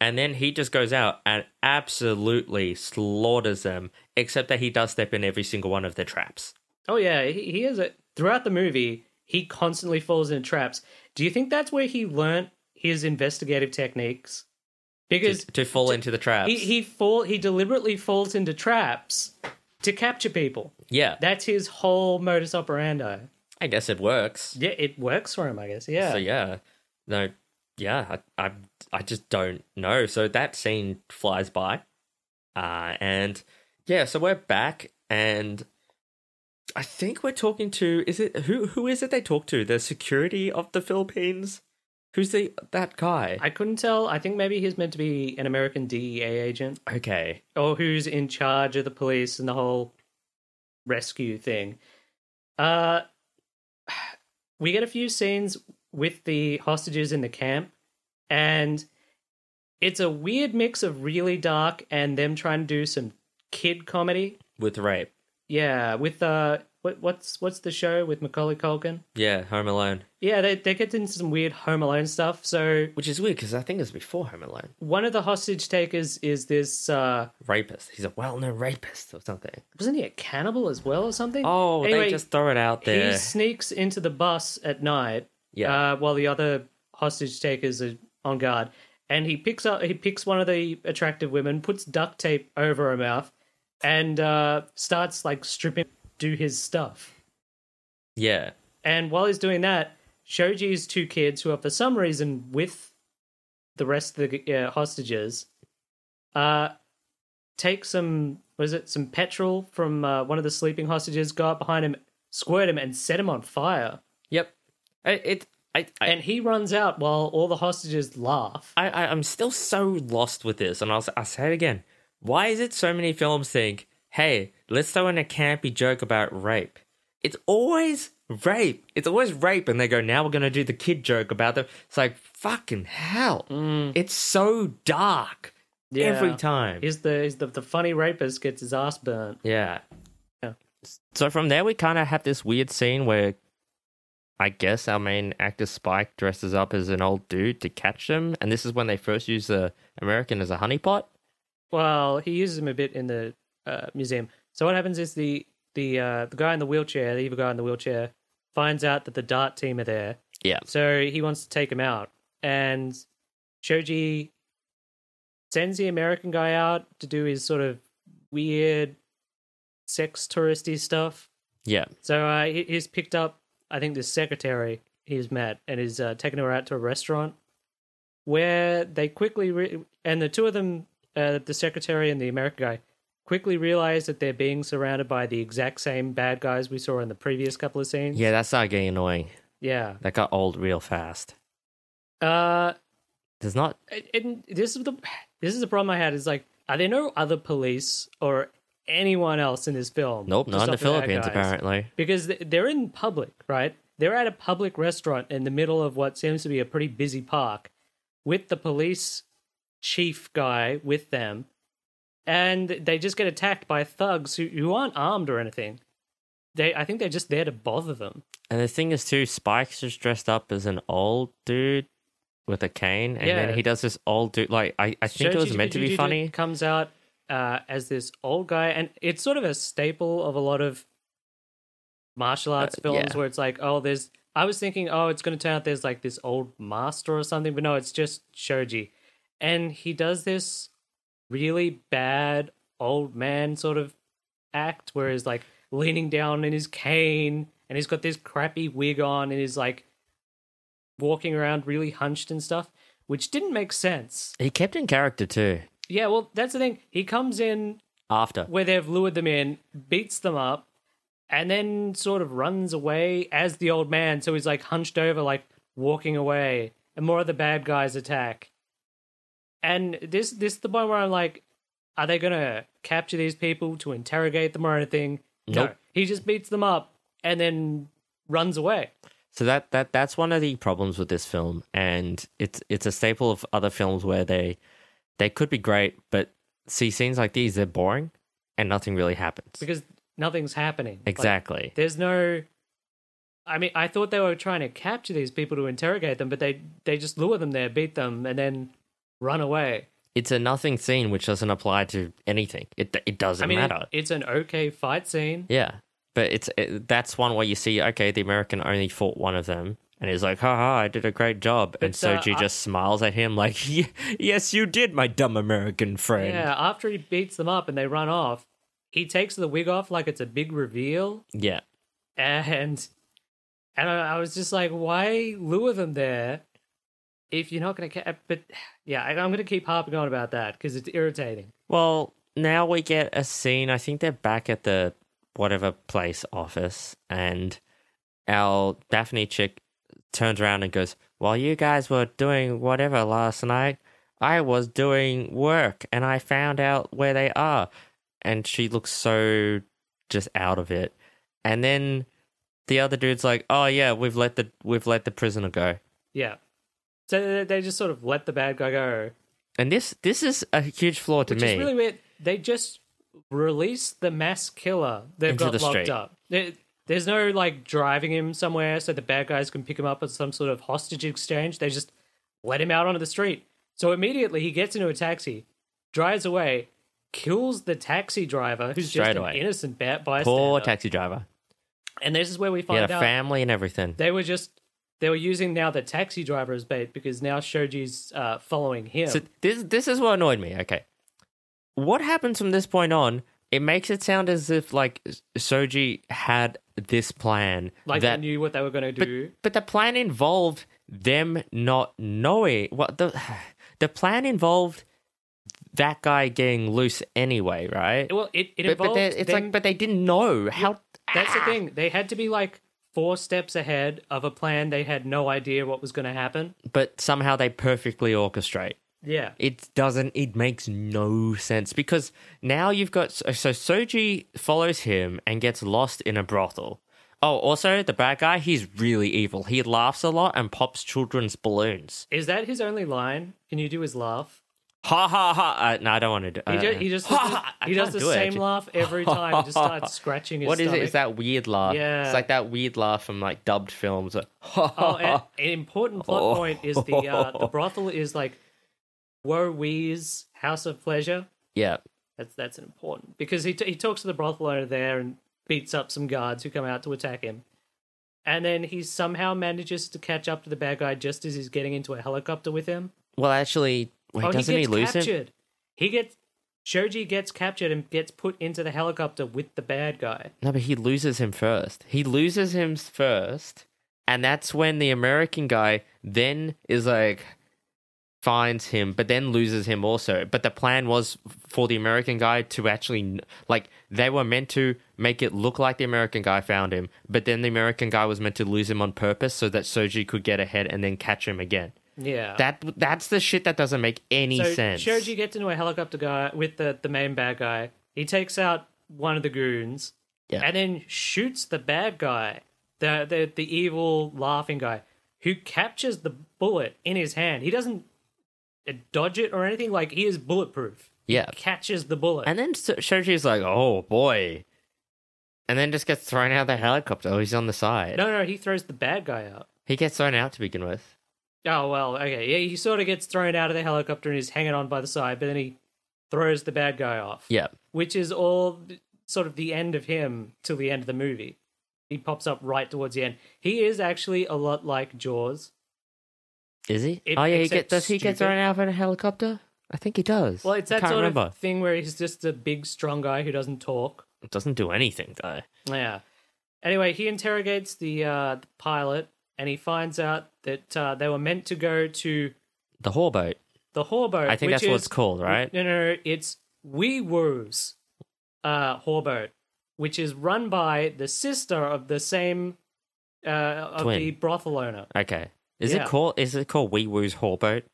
[SPEAKER 1] and then he just goes out and absolutely slaughters them except that he does step in every single one of their traps
[SPEAKER 2] Oh yeah, he, he is a throughout the movie. He constantly falls into traps. Do you think that's where he learnt his investigative techniques?
[SPEAKER 1] to,
[SPEAKER 2] Because
[SPEAKER 1] to fall into the traps
[SPEAKER 2] he, he fall he deliberately falls into traps to capture people.
[SPEAKER 1] yeah
[SPEAKER 2] That's his whole modus operandi.
[SPEAKER 1] i guess it works
[SPEAKER 2] Yeah, it works for him, I guess. Yeah.
[SPEAKER 1] So yeah, no, yeah, I, I I just don't know. So that scene flies by, uh, and yeah, so we're back, and I think we're talking to is it who who is it they talk to? The security of the Philippines. Who's the that guy?
[SPEAKER 2] I couldn't tell. I think maybe he's meant to be an American DEA agent
[SPEAKER 1] okay,
[SPEAKER 2] or who's in charge of the police and the whole rescue thing. Uh we get a few scenes with the hostages in the camp and it's a weird mix of really dark and them trying to do some kid comedy.
[SPEAKER 1] with rape.
[SPEAKER 2] Yeah, with uh, what, what's what's the show with Macaulay Culkin?
[SPEAKER 1] Yeah, Home Alone,
[SPEAKER 2] Yeah, they they get into some weird Home Alone stuff. So
[SPEAKER 1] which is weird because I think it was before Home Alone.
[SPEAKER 2] one of the hostage takers is this uh,
[SPEAKER 1] Rapist. He's a well-known rapist or something.
[SPEAKER 2] wasn't he a cannibal as well or something?
[SPEAKER 1] Oh,
[SPEAKER 2] Anyway,
[SPEAKER 1] they just throw it out there.
[SPEAKER 2] he sneaks into the bus at night.
[SPEAKER 1] Yeah.
[SPEAKER 2] uh, while the other hostage takers are on guard, and he picks up he picks one of the attractive women, puts duct tape over her mouth, and uh, starts like stripping do his stuff.
[SPEAKER 1] yeah.
[SPEAKER 2] And while he's doing that, Shoji's two kids, who are for some reason with the rest of the uh, hostages, uh, take some was it some petrol from uh, one of the sleeping hostages, go up behind him, squirt him, and set him on fire.
[SPEAKER 1] Yep. I, it. I, I,
[SPEAKER 2] And he runs out while all the hostages laugh.
[SPEAKER 1] I, I I'm still so lost with this, and I'll s- I'll say it again. Why is it so many films think, "Hey, let's throw in a campy joke about rape"? It's always rape. It's always rape, and they go, "Now we're gonna do the kid joke about them." It's like fucking hell. It's so dark
[SPEAKER 2] Yeah.
[SPEAKER 1] every time.
[SPEAKER 2] Is the is the, the funny rapist gets his ass burnt?
[SPEAKER 1] Yeah.
[SPEAKER 2] Yeah.
[SPEAKER 1] So from there, we kind of have this weird scene where I guess our main actor Spike dresses up as an old dude to catch them. And this is when they first use the American as a honeypot.
[SPEAKER 2] Well, he uses him a bit in the uh, museum. So what happens is the the uh, the guy in the wheelchair, the evil guy in the wheelchair, finds out that the Dart team are there.
[SPEAKER 1] Yeah.
[SPEAKER 2] So he wants to take him out, and Shoji sends the American guy out to do his sort of weird sex touristy stuff.
[SPEAKER 1] Yeah.
[SPEAKER 2] So uh, he, he's picked up, I think, this secretary he's met and is uh, taking her out to a restaurant where they quickly, re- and the two of them, uh, the secretary and the American guy, quickly realize that they're being surrounded by the exact same bad guys we saw in the previous couple of scenes.
[SPEAKER 1] Yeah, that started getting annoying.
[SPEAKER 2] Yeah.
[SPEAKER 1] That got old real fast.
[SPEAKER 2] Uh,
[SPEAKER 1] There's not.
[SPEAKER 2] and- and this is the this is the problem I had is like, are there no other police or anyone else in this film?
[SPEAKER 1] Nope,
[SPEAKER 2] to
[SPEAKER 1] not in the
[SPEAKER 2] stop bad
[SPEAKER 1] Philippines,
[SPEAKER 2] guys?
[SPEAKER 1] apparently.
[SPEAKER 2] because th- they're in public, right? They're at a public restaurant in the middle of what seems to be a pretty busy park, with the police chief guy with them, and they just get attacked by thugs who, who aren't armed or anything. They, I think they're just there to bother them.
[SPEAKER 1] And the thing is, too, Spike's just dressed up as an old dude with a cane, and
[SPEAKER 2] Yeah.
[SPEAKER 1] then he does this old dude. Like, I, I think it was meant to be funny.
[SPEAKER 2] Comes out uh, as this old guy, and it's sort of a staple of a lot of martial arts
[SPEAKER 1] Uh,
[SPEAKER 2] films
[SPEAKER 1] yeah.
[SPEAKER 2] where it's like, oh, there's. I was thinking, oh, it's going to turn out there's like this old master or something, but no, it's just Shoji, and he does this really bad old man sort of act where he's like leaning down in his cane and he's got this crappy wig on and he's like walking around really hunched and stuff which didn't make sense
[SPEAKER 1] He kept in character, too,
[SPEAKER 2] yeah, well, that's the thing. He comes in
[SPEAKER 1] after.
[SPEAKER 2] where they've lured them in, beats them up, and then sort of runs away as the old man. So he's like hunched over, like walking away, and more of the bad guys attack. And this this is the point where I'm like, are they gonna capture these people to interrogate them or anything? No,
[SPEAKER 1] Nope.
[SPEAKER 2] he just beats them up and then runs away.
[SPEAKER 1] So that that that's one of the problems with this film, and it's it's a staple of other films where they they could be great, but see scenes like these they're boring, and nothing really happens.
[SPEAKER 2] because nothing's happening. Like,
[SPEAKER 1] Exactly.
[SPEAKER 2] there's no. I mean, I thought they were trying to capture these people to interrogate them, but they they just lure them there, beat them, and then run away.
[SPEAKER 1] It's a nothing scene which doesn't apply to anything. It it doesn't
[SPEAKER 2] I mean,
[SPEAKER 1] matter.
[SPEAKER 2] it- it's an okay fight scene.
[SPEAKER 1] yeah, but it's it, that's one where you see okay, the American only fought one of them. And he's like, ha ha, I did a great job. and
[SPEAKER 2] But, uh,
[SPEAKER 1] Soji
[SPEAKER 2] I-
[SPEAKER 1] just smiles at him like, "Ye- yes, you did, my dumb American friend.
[SPEAKER 2] Yeah, after he beats them up and they run off, he takes the wig off like it's a big reveal,
[SPEAKER 1] yeah.
[SPEAKER 2] and and I, I was just like, why lure them there if you're not going to? Ca-? But yeah, I, I'm going to keep harping on about that because it's irritating.
[SPEAKER 1] Well, now we get a scene. I think they're back at the whatever place office, and our Daphne chick turns around and goes, While you guys were doing whatever last night, I was doing work and I found out where they are. And she looks so just out of it. And then the other dude's like, Oh yeah, we've let the we've let the prisoner go.
[SPEAKER 2] Yeah. So they- they just sort of let the bad guy go,
[SPEAKER 1] And this this is a huge flaw to
[SPEAKER 2] which
[SPEAKER 1] me.
[SPEAKER 2] is really weird. They just release the mass killer they've
[SPEAKER 1] Into
[SPEAKER 2] got
[SPEAKER 1] the
[SPEAKER 2] locked
[SPEAKER 1] street.
[SPEAKER 2] up. There- there's no like driving him somewhere so the bad guys can pick him up at some sort of hostage exchange. They just let him out onto the street. So immediately he gets into a taxi, drives away, kills the taxi driver who's
[SPEAKER 1] Straight
[SPEAKER 2] just an
[SPEAKER 1] away.
[SPEAKER 2] innocent ba- bystander.
[SPEAKER 1] Poor taxi driver.
[SPEAKER 2] and this is where we
[SPEAKER 1] He
[SPEAKER 2] find
[SPEAKER 1] had a
[SPEAKER 2] out
[SPEAKER 1] family and everything.
[SPEAKER 2] they were just they were using now the taxi driver as bait because now Shoji's uh, following him.
[SPEAKER 1] So this this is what annoyed me. Okay, what happens from this point on? It makes it sound as if like Soji had this plan
[SPEAKER 2] like
[SPEAKER 1] that,
[SPEAKER 2] they knew what they were going to
[SPEAKER 1] but,
[SPEAKER 2] do.
[SPEAKER 1] but the plan involved them not knowing what the the plan involved that guy getting loose anyway, right?
[SPEAKER 2] well, it,
[SPEAKER 1] but
[SPEAKER 2] it
[SPEAKER 1] but
[SPEAKER 2] involved.
[SPEAKER 1] they- it's
[SPEAKER 2] them-
[SPEAKER 1] like but they didn't know how.
[SPEAKER 2] that's
[SPEAKER 1] Ah.
[SPEAKER 2] the thing. They had to be like four steps ahead of a plan. They had no idea what was going to happen.
[SPEAKER 1] But somehow they perfectly orchestrate.
[SPEAKER 2] Yeah,
[SPEAKER 1] it doesn't it makes no sense because now you've got so, so soji follows him and gets lost in a brothel oh also the bad guy he's really evil he laughs a lot and pops children's balloons
[SPEAKER 2] is that his only line? Can you do his laugh?
[SPEAKER 1] ha ha ha uh, no i don't want to do
[SPEAKER 2] He
[SPEAKER 1] uh,
[SPEAKER 2] just he just
[SPEAKER 1] I
[SPEAKER 2] he does
[SPEAKER 1] can't
[SPEAKER 2] the
[SPEAKER 1] do it,
[SPEAKER 2] same
[SPEAKER 1] actually.
[SPEAKER 2] laugh every time. He just starts scratching his.
[SPEAKER 1] what is
[SPEAKER 2] stomach.
[SPEAKER 1] it it's that weird laugh
[SPEAKER 2] Yeah.
[SPEAKER 1] it's like that weird laugh from like dubbed films like,
[SPEAKER 2] Oh, and an important plot
[SPEAKER 1] Oh.
[SPEAKER 2] point is the uh, the brothel is like Woe Wee's House of Pleasure.
[SPEAKER 1] yeah
[SPEAKER 2] That's that's an important because he t- he talks to the brothel owner there and beats up some guards who come out to attack him, and then he somehow manages to catch up to the bad guy just as he's getting into a helicopter with him.
[SPEAKER 1] well actually wait,
[SPEAKER 2] oh,
[SPEAKER 1] doesn't
[SPEAKER 2] he
[SPEAKER 1] he,
[SPEAKER 2] gets
[SPEAKER 1] lose him
[SPEAKER 2] captured. He gets Shoji gets captured and gets put into the helicopter with the bad guy.
[SPEAKER 1] No, but he loses him first. He loses him first, and that's when the American guy then is like finds him, but then loses him also. But the plan was for the American guy to actually like they were meant to make it look like the American guy found him, but then the American guy was meant to lose him on purpose so that Soji could get ahead and then catch him again.
[SPEAKER 2] Yeah.
[SPEAKER 1] That that's the shit that doesn't make any
[SPEAKER 2] so
[SPEAKER 1] sense.
[SPEAKER 2] Shoji gets into a helicopter guy with the, the main bad guy. He takes out one of the goons
[SPEAKER 1] Yeah.
[SPEAKER 2] and then shoots the bad guy, the, the the evil laughing guy, who captures the bullet in his hand. He doesn't uh, dodge it or anything. Like he is bulletproof.
[SPEAKER 1] yeah.
[SPEAKER 2] Catches the bullet.
[SPEAKER 1] And then So- Shoji's like, "Oh boy," and then just gets thrown out of the helicopter. Oh, he's on the side.
[SPEAKER 2] no, no, he throws the bad guy out.
[SPEAKER 1] He gets thrown out to begin with.
[SPEAKER 2] Oh well, okay. Yeah, he sort of gets thrown out of the helicopter and he's hanging on by the side, but then he throws the bad guy off.
[SPEAKER 1] Yeah.
[SPEAKER 2] which is all sort of the end of him till the end of the movie. He pops up right towards the end. He is actually a lot like Jaws.
[SPEAKER 1] Is he?
[SPEAKER 2] If-
[SPEAKER 1] oh yeah. He get,
[SPEAKER 2] except
[SPEAKER 1] does he get
[SPEAKER 2] stupid.
[SPEAKER 1] thrown out of a helicopter? I think he does.
[SPEAKER 2] Well, it's
[SPEAKER 1] I
[SPEAKER 2] that
[SPEAKER 1] can't
[SPEAKER 2] sort
[SPEAKER 1] remember.
[SPEAKER 2] of thing where he's just a big, strong guy who doesn't talk.
[SPEAKER 1] It doesn't do anything though.
[SPEAKER 2] Yeah. Anyway, he interrogates the, uh, the pilot and he finds out that uh, they were meant to go to
[SPEAKER 1] The whore boat.
[SPEAKER 2] the Horbo.
[SPEAKER 1] I think
[SPEAKER 2] which
[SPEAKER 1] that's what it's
[SPEAKER 2] is-
[SPEAKER 1] called, right?
[SPEAKER 2] No, no, no, it's WeWoo's uh, Horbo, which is run by the sister of the same uh, of
[SPEAKER 1] Twin.
[SPEAKER 2] the brothel owner.
[SPEAKER 1] Okay. Is
[SPEAKER 2] Yeah.
[SPEAKER 1] it called? Is it called Wee Woo's whore boat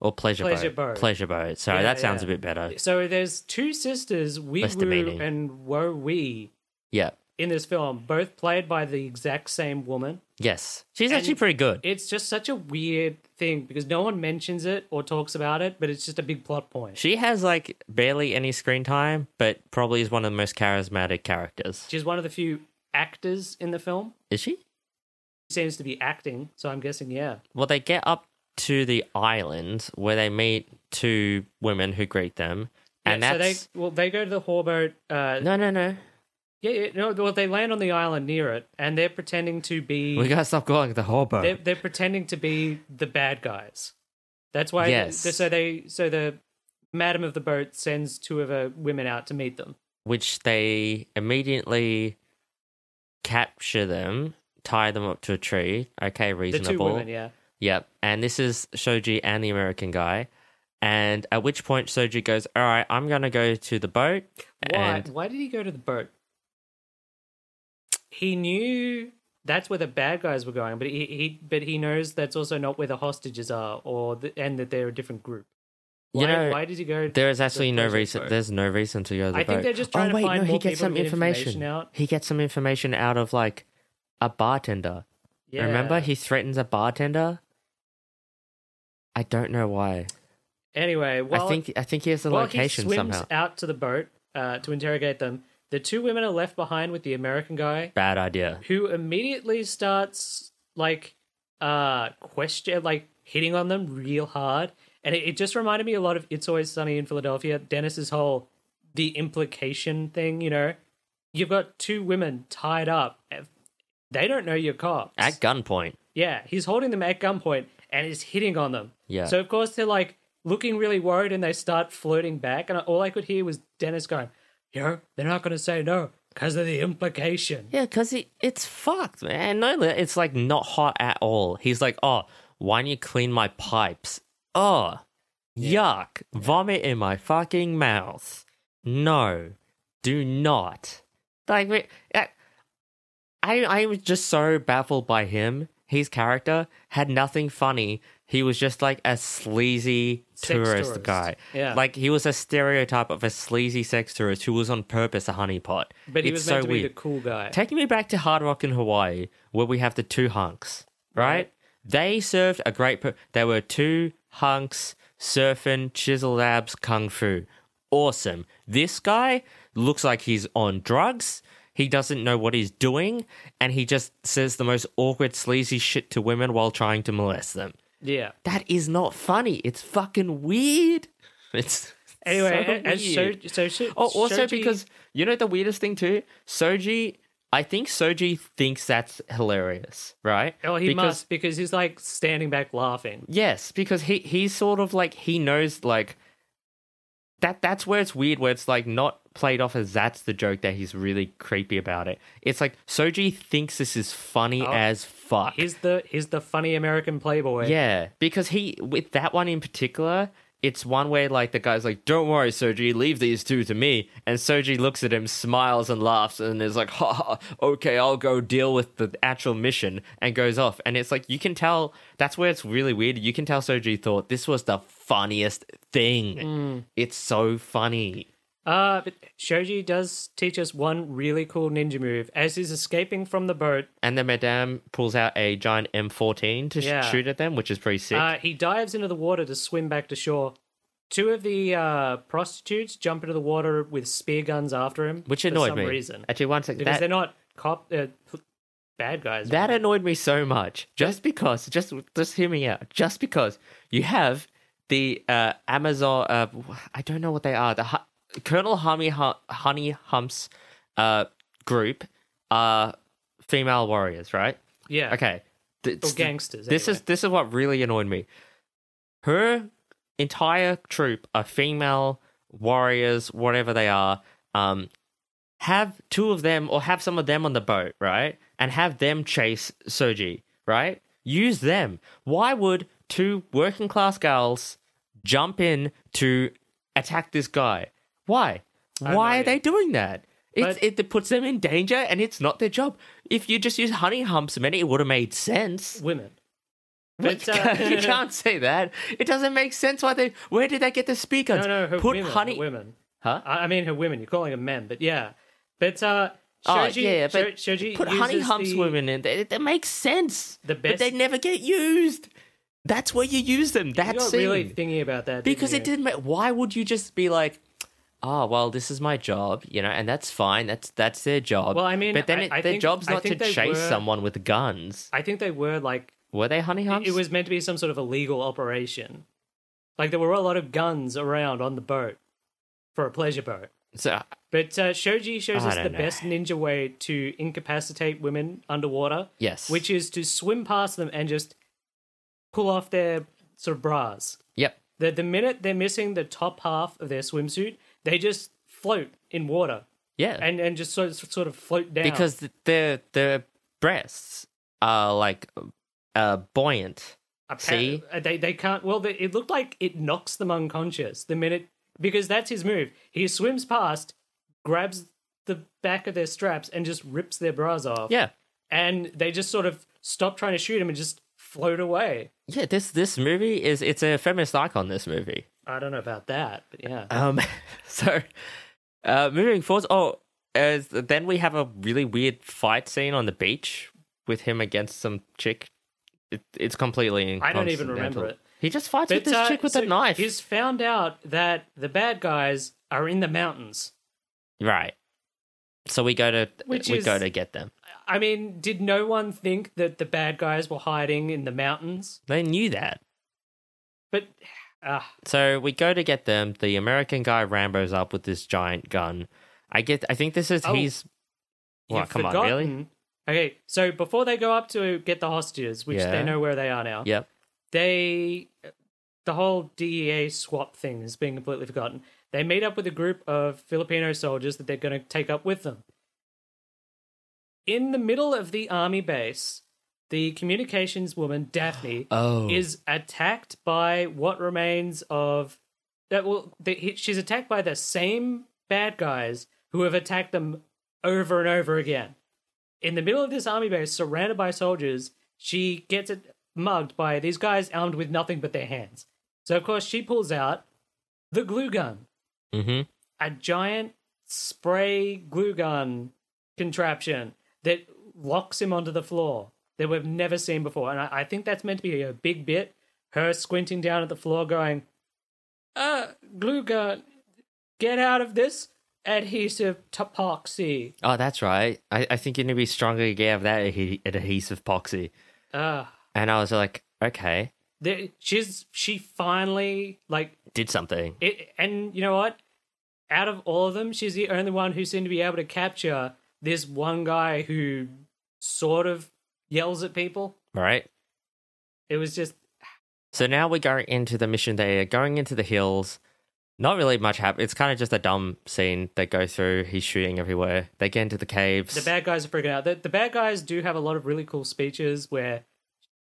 [SPEAKER 1] or pleasure,
[SPEAKER 2] Pleasure
[SPEAKER 1] boat?
[SPEAKER 2] boat.
[SPEAKER 1] Pleasure boat. Sorry,
[SPEAKER 2] Yeah,
[SPEAKER 1] that sounds
[SPEAKER 2] yeah.
[SPEAKER 1] a bit better.
[SPEAKER 2] So there's two sisters,
[SPEAKER 1] Less
[SPEAKER 2] WeWoo
[SPEAKER 1] demeaning.
[SPEAKER 2] and Wo Wee,
[SPEAKER 1] Yeah.
[SPEAKER 2] in this film, both played by the exact same woman.
[SPEAKER 1] Yes. She's
[SPEAKER 2] And
[SPEAKER 1] actually pretty good.
[SPEAKER 2] It's just such a weird thing because no one mentions it or talks about it, but it's just a big plot point.
[SPEAKER 1] She has like barely any screen time, but probably is one of the most charismatic characters.
[SPEAKER 2] She's one of the few actors in the film.
[SPEAKER 1] Is she?
[SPEAKER 2] She seems to be acting, so I'm guessing, yeah.
[SPEAKER 1] Well, they get up to the island where they meet two women who greet them, and
[SPEAKER 2] yeah,
[SPEAKER 1] that's
[SPEAKER 2] so they well, they go to the Horboat. Uh,
[SPEAKER 1] no, no, no.
[SPEAKER 2] yeah, yeah, no, well, they land on the island near it, and they're pretending to be
[SPEAKER 1] We gotta stop calling it the whole boat.
[SPEAKER 2] they're, they're pretending to be the bad guys. That's why.
[SPEAKER 1] Yes.
[SPEAKER 2] so they so the madam of the boat sends two of her women out to meet them.
[SPEAKER 1] which they immediately capture them, tie them up to a tree. Okay,
[SPEAKER 2] The two
[SPEAKER 1] reasonable.
[SPEAKER 2] women, yeah.
[SPEAKER 1] Yep. And this is Shoji and the American guy. And at which point Shoji goes, All right, I'm gonna go to the boat.
[SPEAKER 2] Why?
[SPEAKER 1] And
[SPEAKER 2] Why did he go to the boat? He knew that's where the bad guys were going, but he, he but he knows that's also not where the hostages are, or the, and that they're a different group. Why,
[SPEAKER 1] You know,
[SPEAKER 2] why did he go?
[SPEAKER 1] There is actually no
[SPEAKER 2] pleasure
[SPEAKER 1] reason.
[SPEAKER 2] boat.
[SPEAKER 1] There's no reason to go to the
[SPEAKER 2] I
[SPEAKER 1] boat.
[SPEAKER 2] think they're just
[SPEAKER 1] oh,
[SPEAKER 2] trying to
[SPEAKER 1] wait,
[SPEAKER 2] find
[SPEAKER 1] no,
[SPEAKER 2] more
[SPEAKER 1] he gets
[SPEAKER 2] people
[SPEAKER 1] some
[SPEAKER 2] to get
[SPEAKER 1] information.
[SPEAKER 2] information out.
[SPEAKER 1] He gets some information out of like a bartender.
[SPEAKER 2] Yeah.
[SPEAKER 1] Remember, he threatens a bartender. I don't know why.
[SPEAKER 2] Anyway, while
[SPEAKER 1] I think I think he has the
[SPEAKER 2] While
[SPEAKER 1] location
[SPEAKER 2] he swims
[SPEAKER 1] somehow.
[SPEAKER 2] out to the boat uh, to interrogate them, the two women are left behind with the American guy,
[SPEAKER 1] Bad idea.
[SPEAKER 2] who immediately starts like uh question, like hitting on them real hard, and it, it just reminded me a lot of "It's Always Sunny in Philadelphia." Dennis's whole the implication thing, you know, you've got two women tied up. They don't know you're cops.
[SPEAKER 1] At gunpoint.
[SPEAKER 2] Yeah, he's holding them at gunpoint and is hitting on them.
[SPEAKER 1] Yeah.
[SPEAKER 2] So of course they're like looking really worried and they start flirting back. And all I could hear was Dennis going, "You know, they're not going to say no because of the implication."
[SPEAKER 1] Yeah, because it's fucked, man. No, it's like not hot at all. He's like, oh, why don't you clean my pipes? Oh, yuck. Vomit in my fucking mouth. No, do not. Like, we- I, I I was just so baffled by him. His character had nothing funny. He was just like a sleazy
[SPEAKER 2] Sex
[SPEAKER 1] tourist,
[SPEAKER 2] tourist.
[SPEAKER 1] guy.
[SPEAKER 2] Yeah.
[SPEAKER 1] Like he was a stereotype of a sleazy sex tourist who was on purpose a honeypot.
[SPEAKER 2] But he
[SPEAKER 1] It's
[SPEAKER 2] was
[SPEAKER 1] so
[SPEAKER 2] meant to be
[SPEAKER 1] weird.
[SPEAKER 2] the cool guy.
[SPEAKER 1] Taking me back to Hard Rock in Hawaii, where we have the two hunks, right? They served a great. Per- they were two hunks surfing, chisel abs, kung fu. Awesome. This guy looks like he's on drugs. He doesn't know what he's doing, and he just says the most awkward, sleazy shit to women while trying to molest them.
[SPEAKER 2] yeah.
[SPEAKER 1] That is not funny. It's fucking weird. It's
[SPEAKER 2] Anyway,
[SPEAKER 1] so
[SPEAKER 2] and, and
[SPEAKER 1] weird.
[SPEAKER 2] so so Sho-
[SPEAKER 1] Oh, also
[SPEAKER 2] Shoji-
[SPEAKER 1] because you know the weirdest thing too, Soji. I think Soji thinks that's hilarious, right?
[SPEAKER 2] oh he
[SPEAKER 1] because,
[SPEAKER 2] must because he's like standing back laughing.
[SPEAKER 1] Yes, because he he's sort of like he knows like that that's where it's weird, where it's like not played off as that's the joke that he's really creepy about it. It's like Soji thinks this is
[SPEAKER 2] Oh,
[SPEAKER 1] funny as fuck.
[SPEAKER 2] He's the he's the funny American playboy.
[SPEAKER 1] Yeah, because he with that one in particular, it's one where like the guy's like, "Don't worry, Soji, leave these two to me." And Soji looks at him, smiles and laughs, and is like, "Ha ha, okay, I'll go deal with the actual mission," and goes off. And it's like you can tell that's where it's really weird. You can tell Soji thought this was the funniest thing.
[SPEAKER 2] Mm.
[SPEAKER 1] It's so funny.
[SPEAKER 2] Uh, but Shoji does teach us one really cool ninja move. As he's escaping from the boat,
[SPEAKER 1] And then Madame pulls out a giant M14 to sh-
[SPEAKER 2] Yeah.
[SPEAKER 1] shoot at them, which is pretty sick.
[SPEAKER 2] uh, he dives into the water to swim back to shore. Two of the uh, prostitutes jump into the water with spear guns after him,
[SPEAKER 1] which
[SPEAKER 2] for
[SPEAKER 1] annoyed
[SPEAKER 2] some
[SPEAKER 1] me.
[SPEAKER 2] reason.
[SPEAKER 1] Actually, one second.
[SPEAKER 2] because
[SPEAKER 1] that-
[SPEAKER 2] they're not cop uh, p- bad guys.
[SPEAKER 1] That annoyed me so much. Just because, just just hear me out. Just because you have the uh, Amazon, uh, I don't know what they are. The hu- Colonel Honey, Hu- Honey Humps uh, group are female warriors, right?
[SPEAKER 2] yeah,
[SPEAKER 1] Okay. Th-
[SPEAKER 2] or gangsters.
[SPEAKER 1] This
[SPEAKER 2] anyway.
[SPEAKER 1] is this is what really annoyed me. Her entire troop of female warriors, whatever they are, um, have two of them or have some of them on the boat, right? And have them chase Soji, right? Use them. Why would two working class girls jump in to attack this guy? Why?
[SPEAKER 2] don't
[SPEAKER 1] Why are
[SPEAKER 2] know.
[SPEAKER 1] they doing that? It's,
[SPEAKER 2] But-
[SPEAKER 1] it, it puts them in danger and it's not their job. If you just use honey humps, man, it would have made sense.
[SPEAKER 2] women.
[SPEAKER 1] But
[SPEAKER 2] But, uh,
[SPEAKER 1] you can't say that. It doesn't make sense why they. Where did they get the speaker?
[SPEAKER 2] No, no, her
[SPEAKER 1] Put
[SPEAKER 2] women. her
[SPEAKER 1] honey.
[SPEAKER 2] women.
[SPEAKER 1] Huh?
[SPEAKER 2] I, I mean, her women. You're calling them men, but yeah. But uh, Shoji,
[SPEAKER 1] Oh, yeah, but
[SPEAKER 2] Sho- Shoji
[SPEAKER 1] put honey
[SPEAKER 2] uses
[SPEAKER 1] humps
[SPEAKER 2] the,
[SPEAKER 1] women in. That, that makes sense.
[SPEAKER 2] The
[SPEAKER 1] but they
[SPEAKER 2] best-
[SPEAKER 1] never get used. That's where you use them.
[SPEAKER 2] You're
[SPEAKER 1] That's
[SPEAKER 2] not really thinking about that didn't
[SPEAKER 1] because it
[SPEAKER 2] you?
[SPEAKER 1] didn't. Make, why would you just be like? Oh well, this is my job, you know, and that's fine. That's that's their job.
[SPEAKER 2] Well, I mean,
[SPEAKER 1] but then
[SPEAKER 2] I-
[SPEAKER 1] it,
[SPEAKER 2] I
[SPEAKER 1] their
[SPEAKER 2] think-
[SPEAKER 1] job's
[SPEAKER 2] I
[SPEAKER 1] not to
[SPEAKER 2] think they
[SPEAKER 1] chase
[SPEAKER 2] were-
[SPEAKER 1] someone with guns.
[SPEAKER 2] I think they were like
[SPEAKER 1] Were they honey humps?
[SPEAKER 2] it was meant to be some sort of illegal operation. Like there were a lot of guns around on the boat for a pleasure boat.
[SPEAKER 1] So
[SPEAKER 2] But uh, Shoji shows
[SPEAKER 1] I
[SPEAKER 2] us the
[SPEAKER 1] don't know.
[SPEAKER 2] best ninja way to incapacitate women underwater,
[SPEAKER 1] yes,
[SPEAKER 2] which is to swim past them and just pull off their sort of bras.
[SPEAKER 1] yep,
[SPEAKER 2] The, the minute they're missing the top half of their swimsuit, they just float in water
[SPEAKER 1] yeah,
[SPEAKER 2] and, and just sort of, sort of float down.
[SPEAKER 1] because th- their their breasts are like uh buoyant.
[SPEAKER 2] Appa-
[SPEAKER 1] see?
[SPEAKER 2] uh, they, they can't. Well, they, it looked like it knocks them unconscious the minute. Because that's his move. He swims past, grabs the back of their straps, and just rips their bras off.
[SPEAKER 1] Yeah,
[SPEAKER 2] And they just sort of stop trying to shoot him and just float away.
[SPEAKER 1] yeah. This this movie is it's a feminist icon. This movie.
[SPEAKER 2] I don't know about that, but yeah.
[SPEAKER 1] Um, so uh, moving forward. Oh, as then we have a really weird fight scene on the beach with him against some chick. It, it's completely.
[SPEAKER 2] I don't even
[SPEAKER 1] inconsequential.
[SPEAKER 2] remember it.
[SPEAKER 1] He just fights with this
[SPEAKER 2] uh,
[SPEAKER 1] chick with
[SPEAKER 2] so
[SPEAKER 1] a knife.
[SPEAKER 2] He's found out that the bad guys are in the mountains.
[SPEAKER 1] Right. So we go to
[SPEAKER 2] Which
[SPEAKER 1] we
[SPEAKER 2] is-
[SPEAKER 1] go to get them.
[SPEAKER 2] I mean, did no one think that the bad guys were hiding in the mountains?
[SPEAKER 1] They knew that.
[SPEAKER 2] But uh,
[SPEAKER 1] So we go to get them. The American guy Rambo's up with this giant gun. I get. I think this is
[SPEAKER 2] Oh.
[SPEAKER 1] he's. Well,
[SPEAKER 2] you've
[SPEAKER 1] come on,
[SPEAKER 2] forgotten.
[SPEAKER 1] really?
[SPEAKER 2] Okay, so before they go up to get the hostages, which
[SPEAKER 1] Yeah.
[SPEAKER 2] they know where they are now,
[SPEAKER 1] Yep.
[SPEAKER 2] they the whole DEA swap thing has been completely forgotten. They meet up with a group of Filipino soldiers that they're going to take up with them. In the middle of the army base, the communications woman Daphne
[SPEAKER 1] Oh.
[SPEAKER 2] is attacked by what remains of that. Well, the, he, she's attacked by the same bad guys who have attacked them over and over again. In the middle of this army base, surrounded by soldiers, she gets it mugged by these guys armed with nothing but their hands. So of course she pulls out the glue gun,
[SPEAKER 1] Mm-hmm.
[SPEAKER 2] a giant spray glue gun contraption that locks him onto the floor that we've never seen before. And I, I think that's meant to be a big bit. Her squinting down at the floor, going, "Uh, glue gun, get out of this adhesive epoxy."
[SPEAKER 1] Oh, that's right. I, I think you need to be stronger to get out of that adhe- adhesive poxy.
[SPEAKER 2] Uh,
[SPEAKER 1] And I was like, okay,
[SPEAKER 2] there, she's she finally like
[SPEAKER 1] did something.
[SPEAKER 2] It, and you know what? Out of all of them, she's the only one who seemed to be able to capture this one guy who sort of yells at people.
[SPEAKER 1] Right.
[SPEAKER 2] It was just
[SPEAKER 1] So now we're going into the mission. They are going into the hills. Not really much happens. It's kind of just a dumb scene they go through. He's shooting everywhere. They get into the caves.
[SPEAKER 2] The bad guys are freaking out. The, the bad guys do have a lot of really cool speeches where,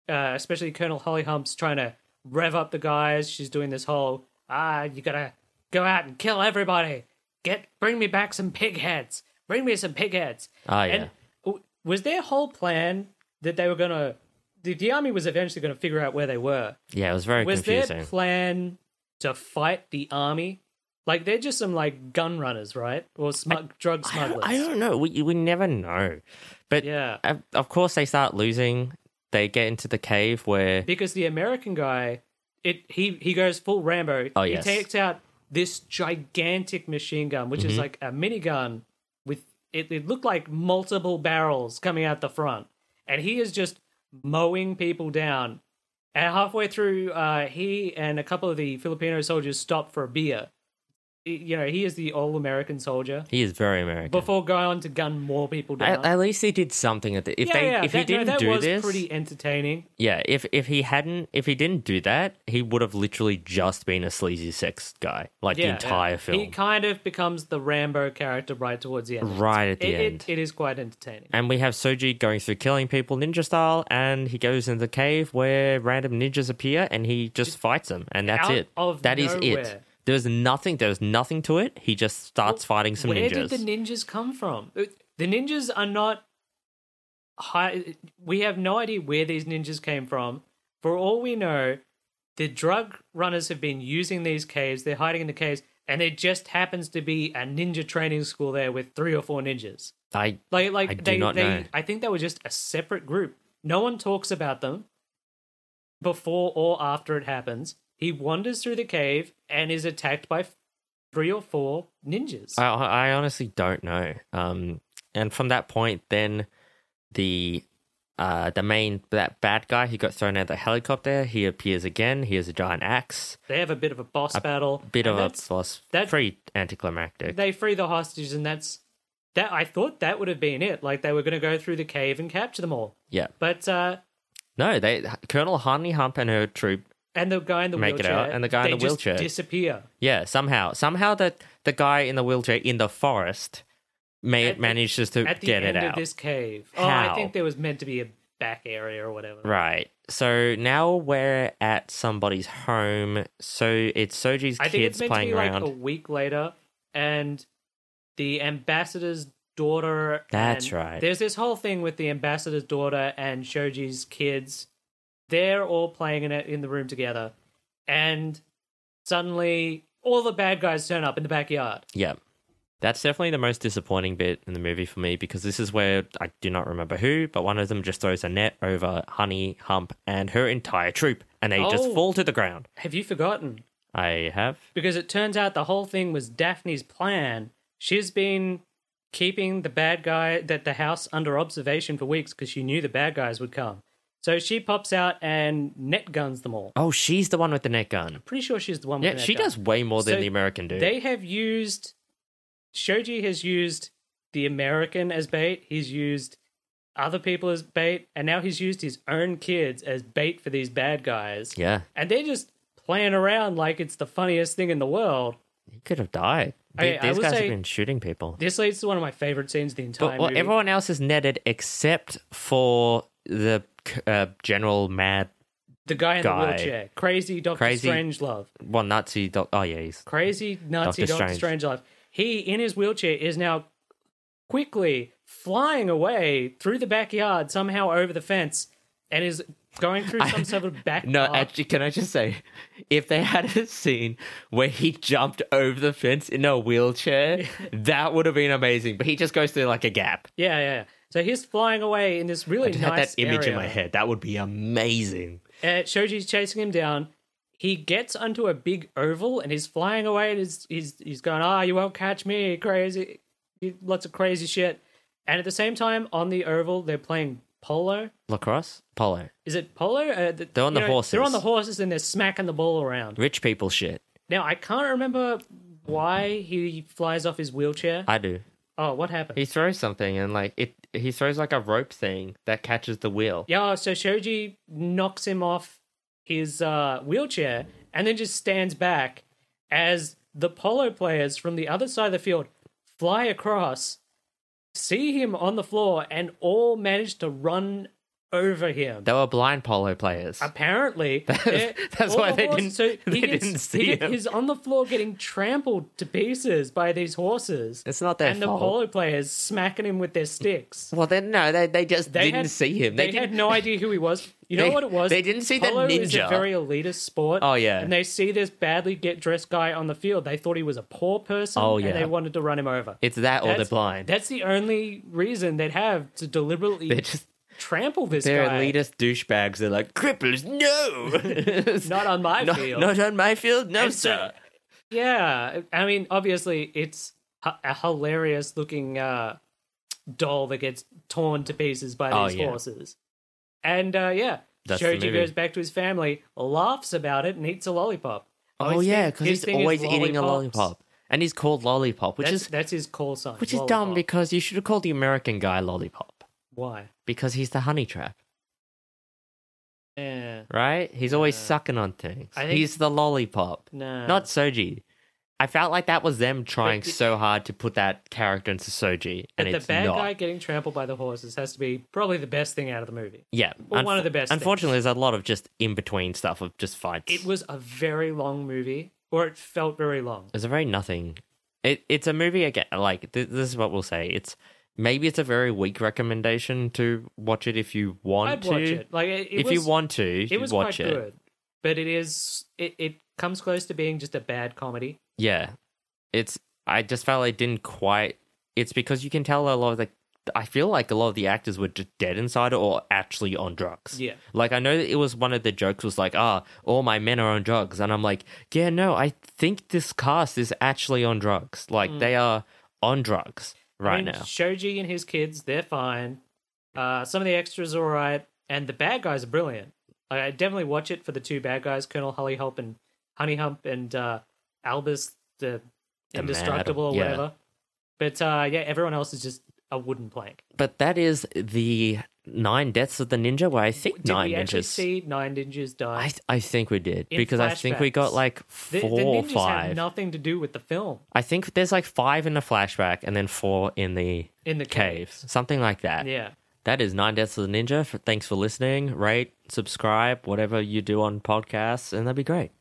[SPEAKER 2] uh, especially Colonel Hollyhump's trying to rev up the guys. She's doing this whole ah, you gotta go out and kill everybody. Get bring me back some pig heads. Bring me some pig heads.
[SPEAKER 1] Ah, yeah.
[SPEAKER 2] And w- was their whole plan that they were gonna the, the army was eventually gonna figure out where they were?
[SPEAKER 1] yeah, it was very
[SPEAKER 2] was
[SPEAKER 1] confusing.
[SPEAKER 2] their plan to fight the army? Like they're just some like gun runners, right? Or smug, drug
[SPEAKER 1] I
[SPEAKER 2] smugglers.
[SPEAKER 1] don't, I don't know. We, we never know. But
[SPEAKER 2] Yeah.
[SPEAKER 1] uh, of course, they start losing. They get into the cave where.
[SPEAKER 2] because the American guy, it he he goes full Rambo.
[SPEAKER 1] Oh,
[SPEAKER 2] he
[SPEAKER 1] yes.
[SPEAKER 2] takes out this gigantic machine gun, which
[SPEAKER 1] Mm-hmm.
[SPEAKER 2] is like a minigun with it, it looked like multiple barrels coming out the front, and he is just mowing people down. And halfway through, uh, he and a couple of the Filipino soldiers stop for a beer. Y- You know, he is the all-American soldier.
[SPEAKER 1] He is very American.
[SPEAKER 2] Before going on to gun more people down.
[SPEAKER 1] At, at least they did something. At the, if
[SPEAKER 2] yeah,
[SPEAKER 1] they
[SPEAKER 2] yeah,
[SPEAKER 1] if
[SPEAKER 2] that,
[SPEAKER 1] he didn't
[SPEAKER 2] no, that
[SPEAKER 1] do
[SPEAKER 2] was
[SPEAKER 1] this,
[SPEAKER 2] pretty entertaining.
[SPEAKER 1] yeah. If if he hadn't if he didn't do that, he would have literally just been a sleazy sex guy like the entire film.
[SPEAKER 2] He kind of becomes the Rambo character right towards the end.
[SPEAKER 1] Right at the
[SPEAKER 2] It- it-
[SPEAKER 1] end.
[SPEAKER 2] it is quite entertaining.
[SPEAKER 1] And we have Soji going through killing people ninja style, and he goes in the cave where random ninjas appear, and he just fights them, and that's
[SPEAKER 2] out
[SPEAKER 1] it.
[SPEAKER 2] of
[SPEAKER 1] That is it.
[SPEAKER 2] nowhere.
[SPEAKER 1] There's nothing. There's nothing to it. He just starts fighting some
[SPEAKER 2] Where
[SPEAKER 1] ninjas.
[SPEAKER 2] did the ninjas come from? Uh, The ninjas are not high. We have no idea where these ninjas came from. For all we know, the drug runners have been using these caves. They're hiding in the caves, and there just happens to be a ninja training school there with three or four ninjas.
[SPEAKER 1] I
[SPEAKER 2] Like like
[SPEAKER 1] I do
[SPEAKER 2] they,
[SPEAKER 1] not
[SPEAKER 2] they
[SPEAKER 1] know.
[SPEAKER 2] I think they were just a separate group. No one talks about them before or after it happens. He wanders through the cave and is attacked by f- three or four ninjas.
[SPEAKER 1] I, I honestly don't know. Um, and from that point, then the uh, the main that bad guy who got thrown out of the helicopter, he appears again. He has a giant axe,
[SPEAKER 2] they have a bit of a boss battle.
[SPEAKER 1] bit
[SPEAKER 2] and
[SPEAKER 1] of a
[SPEAKER 2] that's-
[SPEAKER 1] boss,
[SPEAKER 2] that-
[SPEAKER 1] pretty anticlimactic.
[SPEAKER 2] They free the hostages, and that's that. I thought that would have been it. Like they were going to go through the cave and capture them all.
[SPEAKER 1] yeah,
[SPEAKER 2] But uh
[SPEAKER 1] no, they Colonel Honey Hump and her troop.
[SPEAKER 2] and the guy in the
[SPEAKER 1] Make it
[SPEAKER 2] wheelchair
[SPEAKER 1] out, and the guy in the
[SPEAKER 2] they just
[SPEAKER 1] wheelchair.
[SPEAKER 2] disappear.
[SPEAKER 1] Yeah, somehow, somehow that the guy in the wheelchair in the forest may
[SPEAKER 2] At the-
[SPEAKER 1] manages to
[SPEAKER 2] At the
[SPEAKER 1] get
[SPEAKER 2] end
[SPEAKER 1] it
[SPEAKER 2] of
[SPEAKER 1] out.
[SPEAKER 2] this cave, oh,
[SPEAKER 1] How?
[SPEAKER 2] I think there was meant to be a back area or whatever.
[SPEAKER 1] Right. So now we're at somebody's home. So it's Soji's
[SPEAKER 2] I
[SPEAKER 1] kids
[SPEAKER 2] think it's meant to
[SPEAKER 1] playing
[SPEAKER 2] be
[SPEAKER 1] around.
[SPEAKER 2] like a week later, and the ambassador's daughter.
[SPEAKER 1] That's
[SPEAKER 2] and-
[SPEAKER 1] right.
[SPEAKER 2] There's this whole thing with the ambassador's daughter and Shoji's kids. They're all playing in it in the room together, and suddenly all the bad guys turn up in the backyard.
[SPEAKER 1] Yeah. That's definitely the most disappointing bit in the movie for me because this is where I do not remember who, but one of them just throws a net over Honey, Hump, and her entire troop, and they just
[SPEAKER 2] Oh.
[SPEAKER 1] fall to the ground.
[SPEAKER 2] Have you forgotten?
[SPEAKER 1] I have.
[SPEAKER 2] Because it turns out the whole thing was Daphne's plan. She's been keeping the bad guy that the house under observation for weeks because she knew the bad guys would come. So she pops out and net guns them all.
[SPEAKER 1] Oh, she's the one with the net gun.
[SPEAKER 2] pretty sure she's the one.
[SPEAKER 1] Yeah,
[SPEAKER 2] with the
[SPEAKER 1] she
[SPEAKER 2] net gun.
[SPEAKER 1] does way more than
[SPEAKER 2] So
[SPEAKER 1] the American dude.
[SPEAKER 2] They have used Shoji has used the American as bait. He's used other people as bait, and now he's used his own kids as bait for these bad guys.
[SPEAKER 1] yeah,
[SPEAKER 2] And they're just playing around like it's the funniest thing in the world.
[SPEAKER 1] he could have died.
[SPEAKER 2] Okay,
[SPEAKER 1] The-
[SPEAKER 2] I
[SPEAKER 1] These
[SPEAKER 2] will
[SPEAKER 1] guys
[SPEAKER 2] say-
[SPEAKER 1] have been shooting people.
[SPEAKER 2] This leads to one of my favorite scenes of the entire
[SPEAKER 1] But well,
[SPEAKER 2] movie.
[SPEAKER 1] everyone else is netted except for the uh, general mad,
[SPEAKER 2] the guy in
[SPEAKER 1] guy.
[SPEAKER 2] the wheelchair, crazy Doctor
[SPEAKER 1] Crazy-
[SPEAKER 2] Strangelove,
[SPEAKER 1] well, Nazi. Doc- oh, yeah, he's
[SPEAKER 2] crazy Nazi
[SPEAKER 1] Doctor
[SPEAKER 2] Doctor,
[SPEAKER 1] Strange.
[SPEAKER 2] Strangelove. He in his wheelchair is now quickly flying away through the backyard, somehow over the fence, and is going through some sort of back.
[SPEAKER 1] No,
[SPEAKER 2] path.
[SPEAKER 1] actually, can I just say, if they had a scene where he jumped over the fence in a wheelchair, that would have been amazing. But he just goes through like a gap.
[SPEAKER 2] yeah, yeah. yeah. So he's flying away in this really
[SPEAKER 1] I just
[SPEAKER 2] nice
[SPEAKER 1] had that image in my
[SPEAKER 2] area.
[SPEAKER 1] head. That would be amazing.
[SPEAKER 2] Uh, Shoji's chasing him down. He gets onto a big oval and he's flying away and he's, he's, he's going, ah, you won't catch me, crazy. Lots of crazy shit. And at the same time, on the oval, they're playing polo.
[SPEAKER 1] Lacrosse, polo,
[SPEAKER 2] Is it polo? Uh, the,
[SPEAKER 1] They're on
[SPEAKER 2] you
[SPEAKER 1] the
[SPEAKER 2] They're on
[SPEAKER 1] horses.
[SPEAKER 2] the horses and they're smacking the ball around.
[SPEAKER 1] rich people shit.
[SPEAKER 2] Now, I can't remember why he flies off his wheelchair.
[SPEAKER 1] I do.
[SPEAKER 2] oh, what happened?
[SPEAKER 1] He throws something and like it. He throws like a rope thing that catches the wheel.
[SPEAKER 2] Yeah, so Shoji knocks him off his uh, wheelchair and then just stands back as the polo players from the other side of the field fly across, see him on the floor, and all manage to run over him.
[SPEAKER 1] They were blind polo players.
[SPEAKER 2] Um, Apparently,
[SPEAKER 1] That's-
[SPEAKER 2] they're-
[SPEAKER 1] that's
[SPEAKER 2] all
[SPEAKER 1] why
[SPEAKER 2] the
[SPEAKER 1] they
[SPEAKER 2] horses-
[SPEAKER 1] didn't-
[SPEAKER 2] he
[SPEAKER 1] they
[SPEAKER 2] gets-
[SPEAKER 1] didn't
[SPEAKER 2] he
[SPEAKER 1] see
[SPEAKER 2] get-
[SPEAKER 1] him.
[SPEAKER 2] He's on the floor getting trampled to pieces by these horses,
[SPEAKER 1] It's not their
[SPEAKER 2] and the
[SPEAKER 1] fault.
[SPEAKER 2] polo players smacking him with their sticks.
[SPEAKER 1] well, then no, they they just
[SPEAKER 2] They
[SPEAKER 1] didn't
[SPEAKER 2] had-
[SPEAKER 1] see him. They,
[SPEAKER 2] They,
[SPEAKER 1] didn't.
[SPEAKER 2] had no idea who he was. You know
[SPEAKER 1] They-
[SPEAKER 2] what it was?
[SPEAKER 1] they didn't see the
[SPEAKER 2] polo is a
[SPEAKER 1] ninja.
[SPEAKER 2] very elitist sport.
[SPEAKER 1] Oh, yeah.
[SPEAKER 2] and they see this badly get dressed guy on the field. They thought he was a poor person.
[SPEAKER 1] Oh,
[SPEAKER 2] and
[SPEAKER 1] yeah.
[SPEAKER 2] they wanted to run him over.
[SPEAKER 1] It's that or they're
[SPEAKER 2] That's-
[SPEAKER 1] blind.
[SPEAKER 2] That's the only reason they'd have to deliberately
[SPEAKER 1] They're just
[SPEAKER 2] trample this
[SPEAKER 1] they're
[SPEAKER 2] guy.
[SPEAKER 1] elitist douchebags. They're like cripples. No,
[SPEAKER 2] Not on my
[SPEAKER 1] not,
[SPEAKER 2] field.
[SPEAKER 1] not on my field. No,
[SPEAKER 2] And so-
[SPEAKER 1] sir.
[SPEAKER 2] Yeah, I mean, obviously, it's a, a hilarious looking uh, doll that gets torn to pieces by
[SPEAKER 1] Oh,
[SPEAKER 2] these
[SPEAKER 1] yeah.
[SPEAKER 2] horses. And uh, yeah,
[SPEAKER 1] That's the
[SPEAKER 2] Shoji
[SPEAKER 1] movie.
[SPEAKER 2] goes back to his family, laughs about it, and eats a lollipop.
[SPEAKER 1] Oh
[SPEAKER 2] His
[SPEAKER 1] yeah,
[SPEAKER 2] thing-
[SPEAKER 1] because
[SPEAKER 2] his
[SPEAKER 1] he's
[SPEAKER 2] thing is
[SPEAKER 1] always eating a
[SPEAKER 2] lollipops.
[SPEAKER 1] lollipop, and he's called lollipop, which
[SPEAKER 2] That's,
[SPEAKER 1] is
[SPEAKER 2] that's his call sign.
[SPEAKER 1] which is dumb
[SPEAKER 2] lollipop.
[SPEAKER 1] because you should have called the American guy lollipop
[SPEAKER 2] why?
[SPEAKER 1] because he's the honey trap,
[SPEAKER 2] Yeah,
[SPEAKER 1] right? He's always
[SPEAKER 2] Yeah.
[SPEAKER 1] sucking on things.
[SPEAKER 2] I think-
[SPEAKER 1] He's the lollipop,
[SPEAKER 2] no,
[SPEAKER 1] not Soji. I felt like that was them trying
[SPEAKER 2] Uh, But the-
[SPEAKER 1] so hard to put that character into Soji,
[SPEAKER 2] But
[SPEAKER 1] and
[SPEAKER 2] the
[SPEAKER 1] it's
[SPEAKER 2] bad
[SPEAKER 1] not.
[SPEAKER 2] guy getting trampled by the horses has to be probably the best thing out of the movie.
[SPEAKER 1] yeah,
[SPEAKER 2] Well, one of the best things.
[SPEAKER 1] Unfortunately, there's a lot of just in between stuff of just fights.
[SPEAKER 2] It was a very long movie, or it felt very long.
[SPEAKER 1] It's a very nothing. It it's a movie again. Like th- this is what we'll say. It's maybe it's a very weak recommendation to watch it if you want
[SPEAKER 2] I'd
[SPEAKER 1] to.
[SPEAKER 2] watch it. Like it, it
[SPEAKER 1] if
[SPEAKER 2] was,
[SPEAKER 1] you want to,
[SPEAKER 2] it was
[SPEAKER 1] watch
[SPEAKER 2] quite
[SPEAKER 1] it.
[SPEAKER 2] good, but it is it, it comes close to being just a bad comedy.
[SPEAKER 1] Yeah, it's. I just felt it didn't quite. It's because you can tell a lot of the. I feel like a lot of the actors were just dead inside or actually on drugs.
[SPEAKER 2] Yeah.
[SPEAKER 1] Like I know that it was one of the jokes was like, ah, all my men are on drugs, and I'm like, yeah, no, I think this cast is actually on drugs. Like
[SPEAKER 2] Mm.
[SPEAKER 1] they are on drugs right
[SPEAKER 2] I mean,
[SPEAKER 1] now.
[SPEAKER 2] Shoji and his kids, they're fine. Uh, some of the extras are all right, and the bad guys are brilliant. I I definitely watch it for the two bad guys, Colonel Holly Hump and Honey Hump and uh, Albus the,
[SPEAKER 1] The
[SPEAKER 2] Indestructible
[SPEAKER 1] Mad-
[SPEAKER 2] or
[SPEAKER 1] yeah.
[SPEAKER 2] whatever. But uh, yeah, everyone else is just a wooden plank.
[SPEAKER 1] But that is the nine deaths of the ninja. Where I think
[SPEAKER 2] Did
[SPEAKER 1] nine
[SPEAKER 2] we actually
[SPEAKER 1] ninjas.
[SPEAKER 2] see nine ninjas die?
[SPEAKER 1] I th- I think we did
[SPEAKER 2] In
[SPEAKER 1] because I think we got
[SPEAKER 2] flashbacks.
[SPEAKER 1] like
[SPEAKER 2] the,
[SPEAKER 1] four
[SPEAKER 2] the
[SPEAKER 1] or
[SPEAKER 2] ninjas have
[SPEAKER 1] five.
[SPEAKER 2] nothing to do with the film
[SPEAKER 1] I think there's like five in the flashback and then four in the
[SPEAKER 2] in the
[SPEAKER 1] cave, something like that.
[SPEAKER 2] Yeah.
[SPEAKER 1] That is nine deaths of the ninja. F- Thanks for listening. Rate, subscribe, whatever you do on podcasts, and that'd be great.